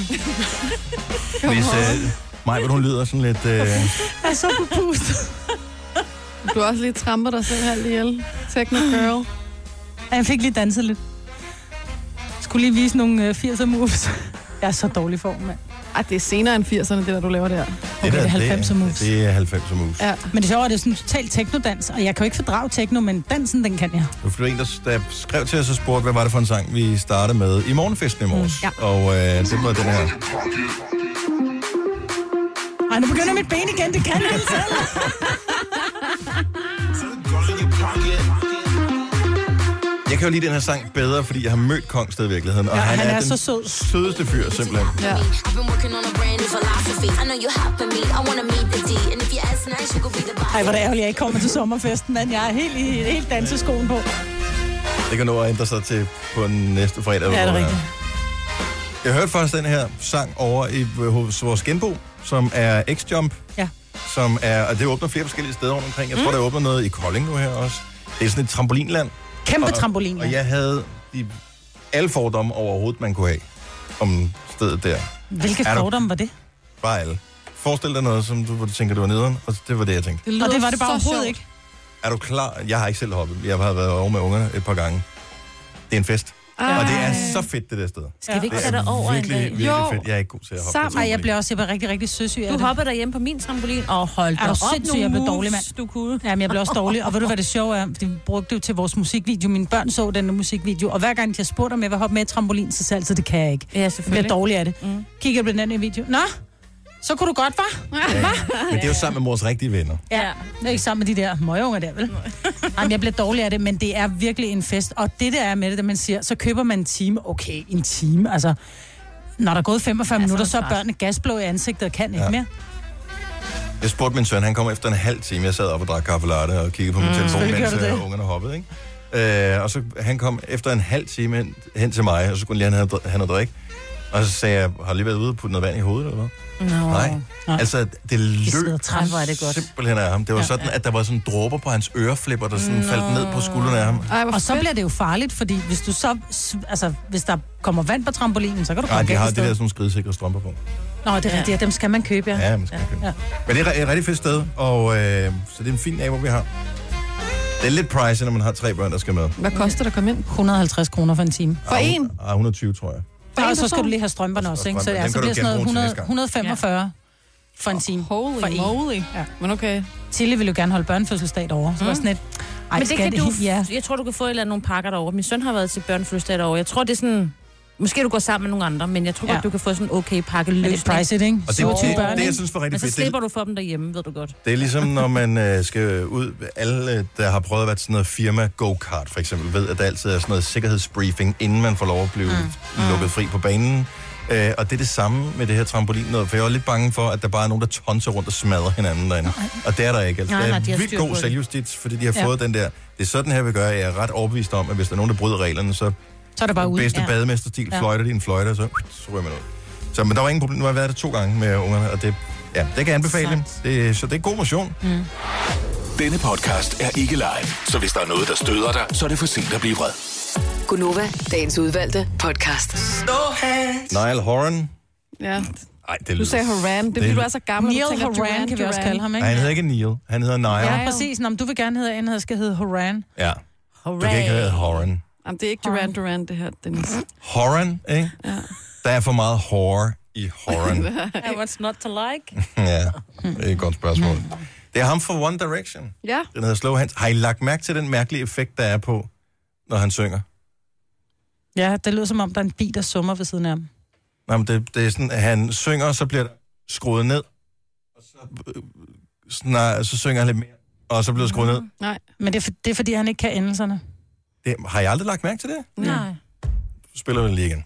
S1: Hvis uh, Maja, hun lyder sådan lidt... Uh,
S3: Jeg er så bepustet. Du har også lige tramper dig selv halvt ihjel. Techno girl.
S4: Ja, jeg fik lige danset lidt. Skulle lige vise nogle øh, 80'er moves. Jeg er så dårlig i form, mand.
S3: Ej, det er senere end 80'erne, det der, du laver der.
S1: det, der,
S4: det er 90'er moves.
S1: Det er 90'er moves.
S3: Ja.
S4: Men det sjove er, at det er sådan en total teknodans, og jeg kan jo ikke fordrage tekno, men dansen, den kan jeg.
S1: Det var en, der, der skrev til os og spurgte, hvad var det for en sang, vi startede med i morgenfesten i morges.
S4: Mm, ja.
S1: Og uh, det var den her.
S4: Ej, nu begynder mit ben igen, det kan jeg ikke selv.
S1: Jeg kan jo lide den her sang bedre, fordi jeg har mødt Kongsted i virkeligheden. Og
S4: Ja,
S1: han,
S4: han
S1: er,
S4: er
S1: den
S4: så sød.
S1: sødeste fyr, simpelthen.
S3: Yeah.
S16: I've been working on a brand new philosophy. I know you hopping me. I wanna meet the D. And if you ask nice, you could be the boss.
S4: Ej, hvor er det ærgerligt, jeg ikke kommer til sommerfesten, mand. Jeg er helt i helt danseskoen på.
S1: Det kan nå at ændre sig til på den næste fredag.
S4: Ja, det er
S1: hvor
S4: rigtigt.
S1: Jeg hørte faktisk den her sang over i, øh, hos vores genbo, som er X-Jump.
S4: Ja.
S1: Som er, og det åbner flere forskellige steder rundt omkring. Jeg tror, mm. der åbner noget i Kolding nu her også. Det er sådan et trampolinland.
S4: Kæmpe
S1: og,
S4: trampolinland.
S1: Og jeg havde de, alle fordomme overhovedet, man kunne have om stedet der.
S4: Hvilke
S1: Er der-
S4: fordomme var det?
S1: Bare alle. Forestil dig noget, som du, hvor du tænker, det var nederen, og det var det, jeg tænkte.
S4: det og det var det bare overhovedet ikke.
S1: Er du klar? Jeg har ikke selv hoppet. Jeg har været over med ungerne et par gange. Det er en fest. Ej.
S4: Ej.
S1: Og det er så fedt, det der sted.
S2: Skal vi ikke
S1: Det er
S2: tage dig over en
S1: virkelig,
S2: dag?
S1: Virkelig,
S2: Jo.
S1: fedt. Jeg er ikke god til at hoppe.
S4: Sammen. Ej, jeg blev også jeg blev rigtig, rigtig søsyg af
S2: Du
S4: det.
S2: hopper derhjemme på min trampolin og hold
S4: Er
S2: da
S4: du
S2: op
S4: sindssyg, jeg blev
S2: moves,
S4: dårlig, mand.
S2: Du kunne.
S4: Jamen, jeg blev også dårlig. Og ved du, hvad det sjove er? Det vi brugte det jo til vores musikvideo. Mine børn så den musikvideo. Og hver gang, de har spurgt, om jeg vil hoppe med i trampolin, så sagde jeg altid, det kan jeg ikke.
S2: Ja,
S4: Jeg bliver
S2: selvfølgelig.
S4: dårlig af det. Mm. Kigger på den anden video. Nå, så kunne du godt, var? Ja.
S1: Men det er jo sammen med mors rigtige venner.
S4: Ja, det er ikke sammen med de der møgeunger der, vel? <laughs> Jamen, jeg bliver dårlig af det, men det er virkelig en fest. Og det der er med det, at man siger, så køber man en time. Okay, en time, altså... Når der er gået 45 minutter, så er børnene gasblå i ansigtet og kan ikke
S1: Ja.
S4: mere.
S1: Jeg spurgte min søn, han kom efter en halv time. Jeg sad op og drak kaffe latte og kiggede på min
S4: Mm.
S1: telefon,
S4: Selvfølgelig
S1: mens
S4: gør du det.
S1: øh, ungerne hoppede, ikke? Øh, og så han kom efter en halv time hen, hen til mig, og så skulle han lige have- have noget drik. Og så sagde jeg, har du lige været ude og puttet noget vand i hovedet, eller hvad?
S2: Nå.
S1: Nej. Altså, det løb
S2: sidder træt. Ej, hvor er det godt.
S1: simpelthen af ham. Det var
S4: Ja,
S1: sådan, at der var sådan dråber på hans øreflipper, der sådan faldt ned på skuldrene af ham.
S4: Ej, og så bliver det jo farligt, fordi hvis du så, s- altså, hvis der kommer vand på trampolinen, så kan du
S1: Nej,
S4: komme
S1: de
S4: galt
S1: har
S4: af
S1: det der sådan
S4: sted.
S1: nogle skridsikre strømper på.
S4: Nå, det er rigtigt, ja. dem skal man købe, ja.
S1: Ja, man skal købe.
S4: Ja.
S1: Men det er et rigtig fedt sted, og øh, så det er en fin nabo, vi har. Det er lidt pricey, når man har tre børn, der skal med.
S3: Hvad koster det at komme ind?
S4: 150 kroner for en time.
S3: For en?
S1: Ah, 120, tror jeg.
S3: For en
S4: Og så skal
S3: person?
S4: du lige have strømperne også, ikke? Så
S1: strømperne.
S4: det, er-
S1: Dem
S4: så
S1: kan du
S4: bliver sådan noget
S1: genbruge til
S4: 100,
S1: næste gang.
S4: 145 ja. for en time.
S3: Holy
S4: for en.
S3: moly.
S4: Ja.
S3: Men okay.
S4: Tilly ville jo gerne holde børnefødselsdag derovre, så mm. var jeg sådan lidt... Ej,
S2: Ej, Men det kan
S4: det
S2: du,
S4: helt- Ja.
S2: jeg tror, du kan få et eller andet nogle pakker derovre. Min søn har været til børnefødselsdag derovre. Jeg tror, det er sådan... Måske du går sammen med nogle andre, men jeg tror
S4: Ja.
S2: godt, du kan få sådan en okay pakke
S4: Men
S2: løsning.
S4: det er pricey, ikke?
S1: Og det-
S4: 27
S1: det-
S4: børn,
S1: det,
S4: ikke?
S1: jeg synes var rigtig
S2: Men så
S1: fedt, det-
S2: slipper du for dem derhjemme, ved du godt.
S1: Det er ligesom, når man øh, skal ud... Alle, der har prøvet at være til sådan noget firma go-kart, for eksempel, ved, at der altid er sådan noget sikkerhedsbriefing, inden man får lov at blive mm. lukket fri på banen. Øh, og det er det samme med det her trampolin noget, for jeg var lidt bange for, at der bare er nogen, der tonser rundt og smadrer hinanden derinde. Og det er der ikke. Altså,
S2: Nej,
S1: der er
S2: nej, de har
S1: vildt
S2: styr på
S1: god
S2: det.
S1: selvjustits, fordi de har
S2: Ja.
S1: fået den der, det er sådan her, vi gør, jeg er ret overbevist om, at hvis der er nogen, der bryder reglerne, så
S4: Så er det bare ud.
S1: bedste
S4: ja.
S1: bademesterstil,
S4: Ja.
S1: fløjter de en fløjte, og så, så ryger man ud. Så, men der var ingen problem, nu har jeg været der to gange med ungerne, og det, ja, det kan jeg anbefale. Det, så det er god motion.
S2: Mm.
S7: Denne podcast er ikke live, så hvis der er noget, der støder dig, så er det for sent at blive vred.
S5: Gunova, dagens udvalgte podcast.
S1: Niall Horan.
S3: Ja.
S1: Ej, det
S3: Du
S1: lyder-
S3: sagde Horan. Det er fordi,
S1: det-
S3: du er så gammel,
S4: Neil
S3: og du tænker,
S4: Horan
S3: Duran,
S4: kan vi også
S3: Duran.
S4: kalde ham,
S1: Nej,
S4: ikke?
S1: han hedder ikke Neil, han hedder Niall.
S4: Ja, præcis. Nå, men du vil gerne hedde en, der skal hedde Horan.
S1: Ja. Du kan ikke hedde Horan.
S3: Jamen, det er ikke Duran Duran, det her, Dennis.
S1: Horan, ikke?
S3: Ja.
S1: Der er for meget hår i
S3: <laughs>
S1: Horan.
S2: Yeah, what's not to like?
S1: ja, det er et godt spørgsmål. Det er ham fra One Direction.
S3: Ja.
S1: Den hedder Slow Hands. Har I lagt mærke til den mærkelige effekt, der er på, når han synger?
S4: Ja, det lyder som om, der er en bil, der summer ved siden af ham.
S1: Nej, men det, det er sådan, at han synger, så bliver der skruet ned, og så, øh, snart, så synger han lidt mere, og så bliver der skruet ned.
S3: Nej.
S4: Men det er, for, det er fordi, han ikke kan endelserne.
S1: Det, har I aldrig lagt mærke til det?
S4: Nej.
S1: Så spiller vi den lige igen.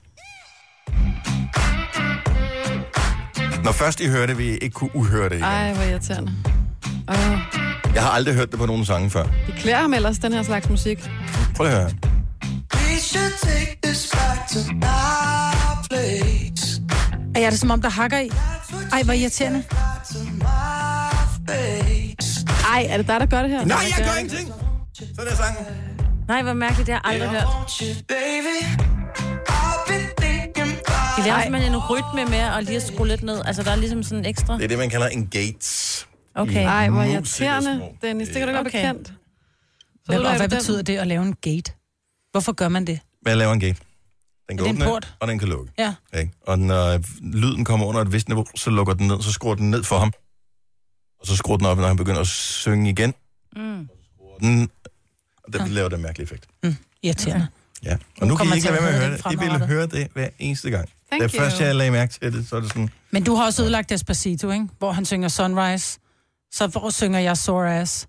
S1: Når først I hørte det, vil I ikke kunne uhøre det igen.
S3: Ej, hvor irriterende. Åh,
S1: Jeg har aldrig hørt det på nogen sange før.
S3: det klæder ham ellers, den her slags musik.
S1: Prøv lige at høre.
S4: Og er det som om, der hakker i? Ej, hvor irriterende.
S3: Ej, er det dig, der gør det her?
S1: Nej, jeg gør ingenting! Så er det sangen.
S2: Nej, hvor mærkeligt, det har jeg aldrig hørt. De laver simpelthen en rytme med at lige at skrue lidt ned. Altså, der er ligesom sådan en ekstra...
S1: Det er det, man kalder en gates.
S2: Okay.
S3: Ej, hvor
S1: Musikersprog.
S3: irriterende, Dennis. Det kan du ikke
S2: Okay.
S3: okay. bekendt.
S4: Hvad,
S3: ødelægger
S4: og hvad
S3: du den.
S4: betyder det at lave en gate? Hvorfor gør man det?
S1: Hvad laver en gate? Den kan
S4: Er det en
S1: åbne,
S4: port?
S1: og den kan lukke.
S4: Ja.
S1: Ikke? Og når lyden kommer under et vist niveau, så lukker den ned, så skruer den ned for ham. Og så skruer den op, når han begynder at synge igen.
S2: Mm.
S1: Og Den, og den laver den mærkelige effekt.
S4: Irriterende.
S1: Ja. Og nu kan I
S4: Ah. kommer
S1: ikke lade
S4: til at
S1: være med at
S4: høre
S1: høre
S4: det
S1: det. I vil
S4: fremadrettet.
S1: høre det hver eneste gang.
S4: Thank
S1: da
S4: you.
S1: først jeg lagde mærke til det, så er det sådan...
S4: Men du har også ødelagt Despacito, ikke? Hvor han synger Sunrise. Så hvor synger jeg Sore Ass?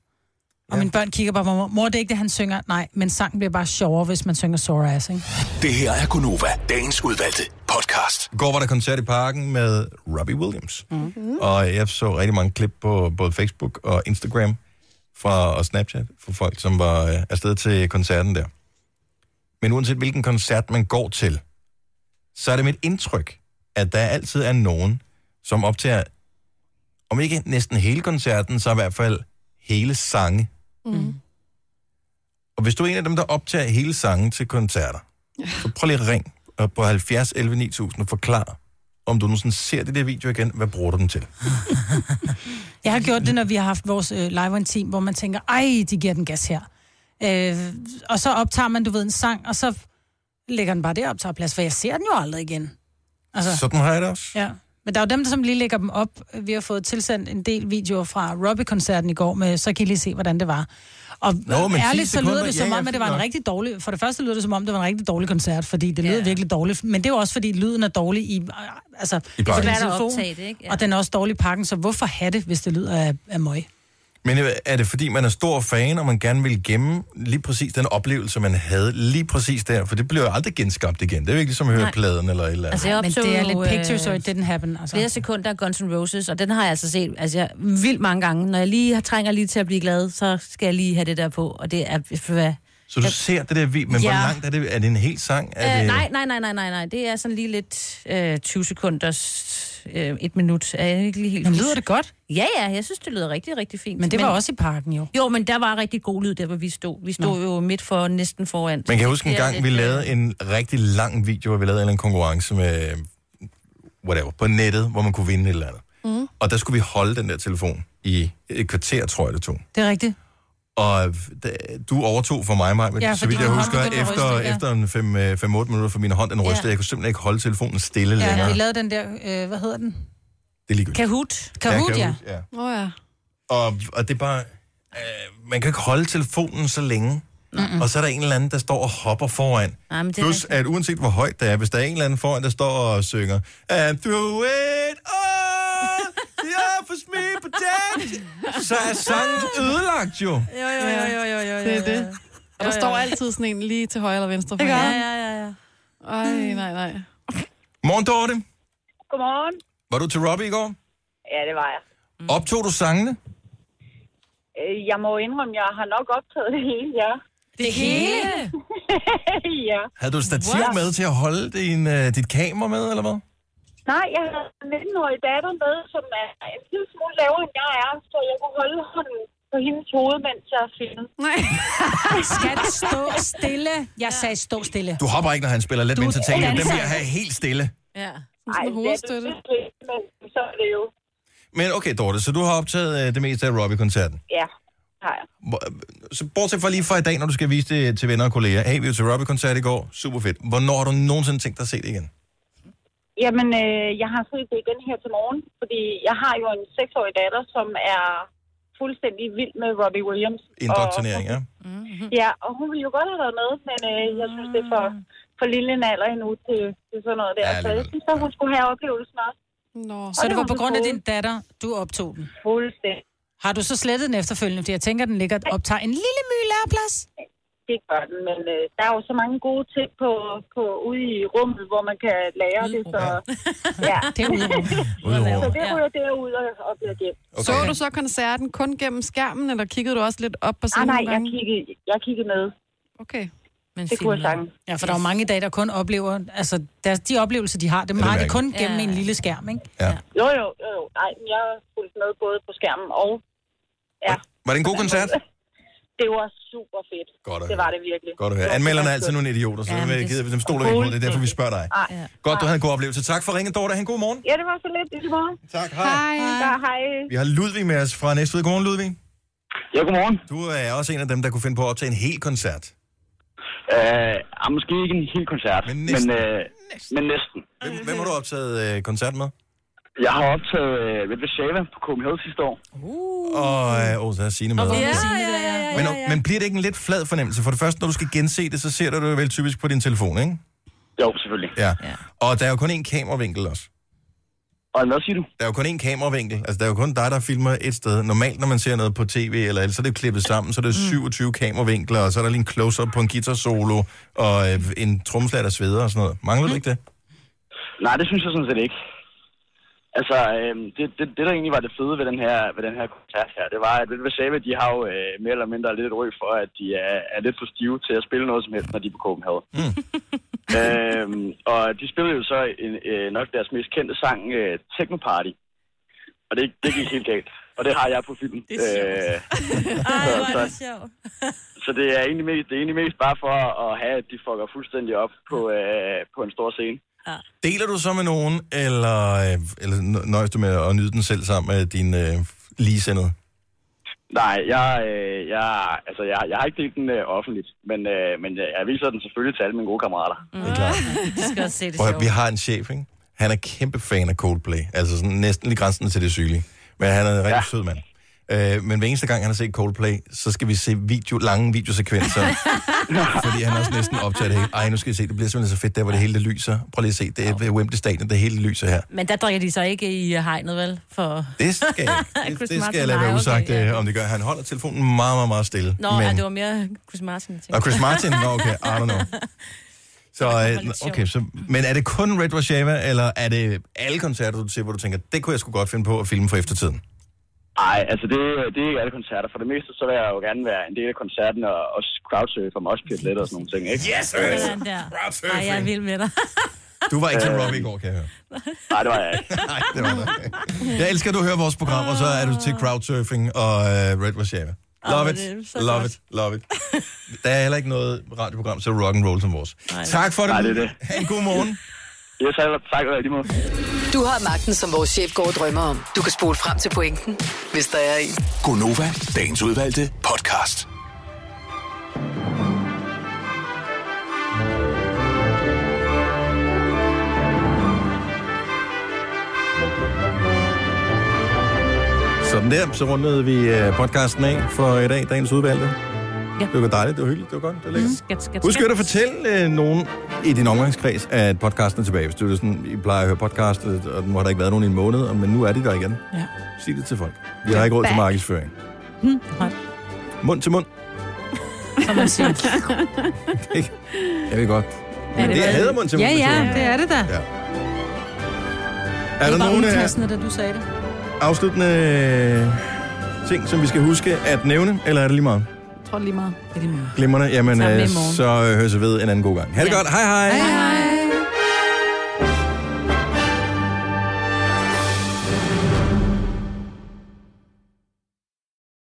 S4: Og mine børn kigger bare på mig. Mor, det er ikke det, han synger. Nej, men sangen bliver bare sjovere, hvis man synger Sore Ass, ikke?
S7: Det her er Gunova, dagens udvalgte podcast.
S1: I går var der koncert i parken med Robbie Williams. Mm-hmm. Og jeg så rigtig mange klip på både Facebook og Instagram fra, og Snapchat fra folk, som var øh, afsted til koncerten der. Men uanset hvilken koncert man går til, så er det mit indtryk, at der altid er nogen, som optager, om ikke næsten hele koncerten, så i hvert fald hele sange.
S3: Mm.
S1: Og hvis du er en af dem, der optager hele sangen til koncerter, så prøv lige at ring op på 70 11 9000 og forklar, om du nogensinde ser det der video igen, hvad bruger du den til?
S4: Jeg har gjort det, når vi har haft vores øh, live on team, hvor man tænker, ej, de giver den gas her. Øh, og så optager man, du ved, en sang, og så lægger den bare der optager plads, for jeg ser den jo aldrig igen.
S1: Altså. Sådan har jeg det også.
S4: Ja. Men der er jo dem, der som lige lægger dem op. Vi har fået tilsendt en del videoer fra Robbie-koncerten i går, med, så kan I lige se, hvordan det var. Og
S1: Nå, men 10
S4: ærligt, så lyder
S1: sekunder,
S4: det som
S1: ja, ja,
S4: om, at
S1: fint
S4: det var en
S1: nok.
S4: rigtig dårlig... For det første lyder det som om, det var en rigtig dårlig koncert, fordi det lyder virkelig dårligt. Men det er jo også, fordi lyden er dårlig i... Altså,
S1: I pakken.
S4: på din
S1: Det er svært
S2: at
S4: telefon,
S2: optage det, ikke? Ja.
S4: Og den er også dårlig i pakken, så hvorfor have det, hvis det lyder af, af møg?
S1: Men øh, er det fordi, man er stor fan, og man gerne vil gemme lige præcis den oplevelse, man havde lige præcis der? For det bliver jo aldrig genskabt igen. Det er jo ikke ligesom at høre
S2: Nej.
S1: pladen eller et eller andet.
S2: Altså, jeg
S4: Men
S2: optog
S4: det er lidt
S2: jo, øh,
S4: pictures, or it didn't happen. Altså.
S2: flere sekunder af Guns N' Roses, og den har jeg altså set altså jeg, vildt mange gange. Når jeg lige har, trænger lige til at blive glad, så skal jeg lige have det der på, og det er... Hvad?
S1: Så du ser det der video, men hvor
S2: Ja.
S1: langt er det? Er det en hel sang? Er
S2: Øh,
S1: det...
S2: nej, nej, nej, nej, nej, nej. Det er sådan lige lidt øh, 20 sekunders, øh, et minut. Er jeg ikke lige helt
S4: Men lyder det godt?
S2: Ja, ja, jeg synes, det lyder rigtig, rigtig fint.
S4: Men det var også i parken jo.
S2: Jo, men der var rigtig god lyd, der hvor vi stod. Vi stod jo midt for, næsten foran.
S1: Man kan
S2: Det
S1: huske en
S2: bliver
S1: gang,
S2: lidt-
S1: vi lavede
S2: <laughs>
S1: en rigtig lang video, hvor vi lavede en eller anden konkurrence med, whatever, på nettet, hvor man kunne vinde et eller andet.
S4: Mm.
S1: Og der skulle vi holde den der telefon i et kvarter, tror jeg, det tog.
S4: Det er rigtigt.
S1: Og da, du overtog for mig, Maj, men
S4: Ja,
S1: ja, så
S4: fordi
S1: vidt jeg
S4: min
S1: husker,
S4: hånd begyndte at
S1: efter,
S4: ryste, ja.
S1: efter en 5-8 minutter for min hånd, den
S4: Ja.
S1: rystede. Jeg kunne simpelthen ikke holde telefonen stille ja,
S4: Ja,
S1: længere.
S4: vi
S1: Det
S4: lavede den der, øh, hvad hedder den?
S1: er ligegyldigt.
S2: Kahoot.
S4: Kahoot, ja.
S1: ja.
S3: Åh oh, ja.
S1: Og, og det er bare... Øh, man kan ikke holde telefonen så længe. Mm-mm. Og så er der en eller anden, der står og hopper foran.
S2: Nej, men det er
S1: Plus, at uanset hvor højt det er, hvis der er en eller anden foran, der står og synger... And through it all, the offers me protection. Så er
S2: <laughs>
S1: sangen ødelagt jo.
S2: Jo, jo, jo, jo, jo, jo, jo.
S3: Det er det. Og der står altid sådan en lige til højre eller venstre for
S2: Ikke?
S17: Mm.
S3: hinanden.
S2: Ja, ja, ja.
S3: Ej, nej, nej.
S1: Godmorgen, Dorte.
S17: Godmorgen.
S1: Var du til Robbie i går?
S17: Ja, det var jeg.
S2: Mm.
S1: Optog du sangene?
S17: Øh, Jeg må indrømme, jeg har nok optaget det hele, ja.
S2: Det hele?
S17: <laughs> ja.
S1: Havde du et stativ What? med til at holde din, uh, dit kamera med, eller hvad?
S17: Nej, jeg har en 19-årig datter med, som er en lille smule lavere, end jeg er, så jeg kunne holde hånden på hendes hoved, mens jeg filmede.
S2: <laughs>
S17: Nej.
S4: Skat, stå stille. Jeg sagde, stå stille.
S1: Du hopper ikke, når han spiller let
S4: Du
S1: med entertainment. Den
S4: danser.
S1: vil jeg have helt stille.
S2: Ja.
S17: Nej, det er det, men så er det jo.
S1: Men okay, Dorte, så du har optaget uh, det meste af Robbie-koncerten.
S17: Ja, har jeg.
S1: Hvor- Så bortset fra lige fra i dag, når du skal vise det til venner og kolleger. Hey, vi var til Robbie-koncert i går. Super fedt. Hvornår har du nogensinde tænkt dig at se det igen?
S17: Jamen, øh, jeg har set det igen her til morgen, fordi jeg har jo en 6-årig datter, som er fuldstændig vild med Robbie Williams.
S1: Indoktrinering, ja.
S4: Mhm.
S17: Og, ja, og hun ville jo godt have været med, men øh, jeg synes, det er for,
S4: Ah.
S17: for lille en alder endnu til, til sådan noget der. så jeg synes, at hun skulle have oplevelsen også.
S11: Nå.
S4: Så det var på grund af din datter, du optog den?
S17: Fuldstændig.
S4: Har du så slettet den efterfølgende? Fordi jeg tænker, den ligger og optager en lille my læreplads.
S17: Det gør den, men øh, der er jo så mange gode ting på, på ude i rummet, hvor man kan lære det, så... Ja.
S4: Mm, <laughs> det er ude i
S17: Så det ryger derud og, og bliver gemt.
S11: Okay. Så du så koncerten kun gennem skærmen, eller kiggede du også lidt op på
S17: Ah,
S11: scenen?
S17: nej,
S11: nogle
S17: jeg
S11: gange?
S17: kiggede, jeg kiggede med.
S11: Okay.
S2: Men
S17: Det kunne jeg
S4: filmet.
S17: sagtens.
S4: Ja, for der er jo mange i dag, der kun oplever... Altså, deres, de oplevelser, de har, dem
S17: Ja, det
S4: har de
S17: mærker
S4: kun
S17: jeg.
S4: gennem
S17: Ja.
S4: en lille skærm, ikke?
S17: Jo, jo, jo, jo. Nej, men jeg har fulgt med både på skærmen og... Ja.
S1: Var det en god koncert?
S17: <laughs> Det var super fedt.
S1: Godt at
S17: det
S1: høre.
S17: var det virkelig.
S1: Godt at høre. Anmelderne er altid nogle idioter, så
S17: Ja,
S1: ja,
S17: men
S1: vi
S17: det-
S1: gider, dem stoler vi ikke på. Det er derfor, vi spørger dig.
S17: Ah, ja.
S1: Godt, du havde en god oplevelse. Tak for ringen, Dorte. Ha' en god morgen.
S17: ja, det var så lidt. Det var.
S1: Tak,
S17: hej. Hej. hej.
S1: Vi har Ludvig med os fra Næstved. Godmorgen, Ludvig.
S13: Ja, godmorgen.
S1: Du er også en af dem, der kunne finde på at optage en hel koncert.
S13: Øh, ah, måske ikke en hel koncert, men næsten. Men, øh, men næsten.
S1: Hvem, hvem har du optaget øh, koncert med?
S13: Jeg har optaget øh, Red Shava på KMH sidste år.
S1: Og øh, åh, så er Signe med. Men, men bliver det ikke en lidt flad fornemmelse? For det første, når du skal gense det, så ser du det vel typisk på din telefon, ikke?
S13: Jo, selvfølgelig.
S1: Ja. ja. Og der er jo kun én kameravinkel også.
S13: Og hvad siger du?
S1: Der er jo kun én kameravinkel. Altså, der er jo kun dig, der filmer et sted. Normalt, når man ser noget på tv, eller ellers, så er det jo klippet sammen, så er det 27 kameravinkler, og så er der lige en close-up på en guitar-solo, og øh, en tromslag, der sveder og sådan noget. Mangler du ikke det?
S13: Nej, det synes jeg sådan set ikke. Altså, øh, det, det, det, der egentlig var det fede ved den her, ved den her koncert her, det var, at Red Shava, de har jo øh, mere eller mindre lidt et røg for, at de er, er lidt for stive til at spille noget som helst, når de er på Copenhagen. <laughs> Mm. øh, og de spillede jo så en, øh, nok deres mest kendte sang, øh, Techno Party. Og det, det gik helt galt. Og det har jeg på filmen. Det er <laughs> øh, så, så,
S2: sjovt.
S13: Så det er egentlig mest, det er egentlig mest bare for at have, at de fucker fuldstændig op på, øh, på en stor scene.
S1: Deler du så med nogen, eller, øh, eller nø- nøjes du med at nyde den selv sammen med din øh, ligesendede?
S13: Nej, jeg, øh, jeg, altså, jeg, jeg har ikke delt den øh, offentligt, men, øh, men jeg, jeg viser den selvfølgelig til alle mine gode kammerater.
S3: Mm.
S2: Du skal også se det
S1: Prøv, at høre,
S2: sjovt.
S1: vi har en chef, ikke? Han er kæmpe fan af Coldplay. Altså sådan næsten lige grænsen til det sygelige. Men han er en rigtig ja. sød mand. Øh, men hver eneste gang, han har set Coldplay, så skal vi se video, lange
S2: <laughs>
S1: videosekvenser. fordi han er også næsten optaget af, ej, nu skal I se, det bliver simpelthen så fedt der, hvor det hele det lyser. Prøv lige at se, det er ved Wembley Stadion, det hele det lyser her.
S2: Men der drikker de så ikke i øh, hegnet, vel? For...
S1: Det skal
S2: <laughs>
S1: jeg, ikke- det, det
S2: Chris
S1: skal
S2: Martin,
S1: jeg lade
S2: nej,
S1: være
S2: okay,
S1: usagt, øh, okay, ja. om det gør. Han holder telefonen meget, meget, meget stille.
S2: Nå, men... ja, det var mere Chris Martin, jeg tænkte.
S1: Og Chris Martin, nå, okay, I don't know. <laughs> Så, øh,
S2: lidt
S1: okay, så, men er det kun Red Rashava, eller er det alle koncerter, du ser, hvor du tænker, det kunne jeg sgu godt finde på at filme for eftertiden?
S13: Nej, altså det, det er ikke alle koncerter. For det meste, så vil jeg jo gerne være en del af koncerten og også crowdsurfe og moshpit lidt og sådan nogle ting, ikke?
S1: Yes,
S2: Sådan der. Ej, jeg er vild med dig.
S1: Du var ikke til
S13: Øh,
S1: Robbie i går, kan jeg høre.
S13: Nej, det var jeg ikke.
S1: <laughs> Nej,
S2: <laughs>
S1: det var det. Jeg elsker, at du hører vores program, og så er du til crowdsurfing og øh, Red Rashava. Love
S2: Åh,
S1: it,
S2: det er så
S1: love
S2: godt.
S1: it, love it. Der er heller ikke noget radioprogram så rock and roll som vores. Tak for det.
S13: Nej, det er det.
S1: Ha' en god
S13: <laughs>
S1: morgen.
S13: Ja, tak, tak og i lige måde.
S5: Du har magten, som vores chef går og drømmer om. Du kan spole frem til pointen, hvis der er en.
S7: Gonova, dagens udvalgte podcast.
S1: Sådan der, så rundede vi øh, podcasten af for i dag, dagens udvalgte.
S2: Ja.
S1: Det var dejligt, det var hyggeligt, det var godt, det var lækkert.
S2: Skat, skat,
S1: Husk
S2: skat.
S1: at fortælle øh, nogen i din omgangskreds, at podcasten er tilbage. Hvis du er sådan, I plejer at høre podcast, øh, og den har der ikke været nogen i en måned, og- men nu er de der igen.
S4: Ja.
S1: Sig det til folk. Vi har ikke råd til
S4: Back.
S1: markedsføring.
S4: Hmm, hold,
S1: Mund
S4: <laughs>
S1: til mund.
S4: som man
S1: <laughs>
S4: siger.
S1: Jeg ved godt. Men det, det
S4: vel?
S1: er hader mund til mund.
S4: Ja,
S1: metoden.
S4: ja, det er det da.
S1: Ja. Er der
S4: det var
S1: nogen, øh,
S4: upassende, da du sagde det.
S1: Afsluttende øh, ting, som vi skal huske at nævne, eller er det lige meget?
S11: Jeg tror det er lige meget. Det er lige meget.
S1: Glimrende. Jamen,
S11: Sammen med
S1: øh,
S11: i morgen.
S1: så øh, høres vi ved en anden god gang. Ha' det
S11: Ja.
S1: godt. Hej hej.
S11: Hej, hej.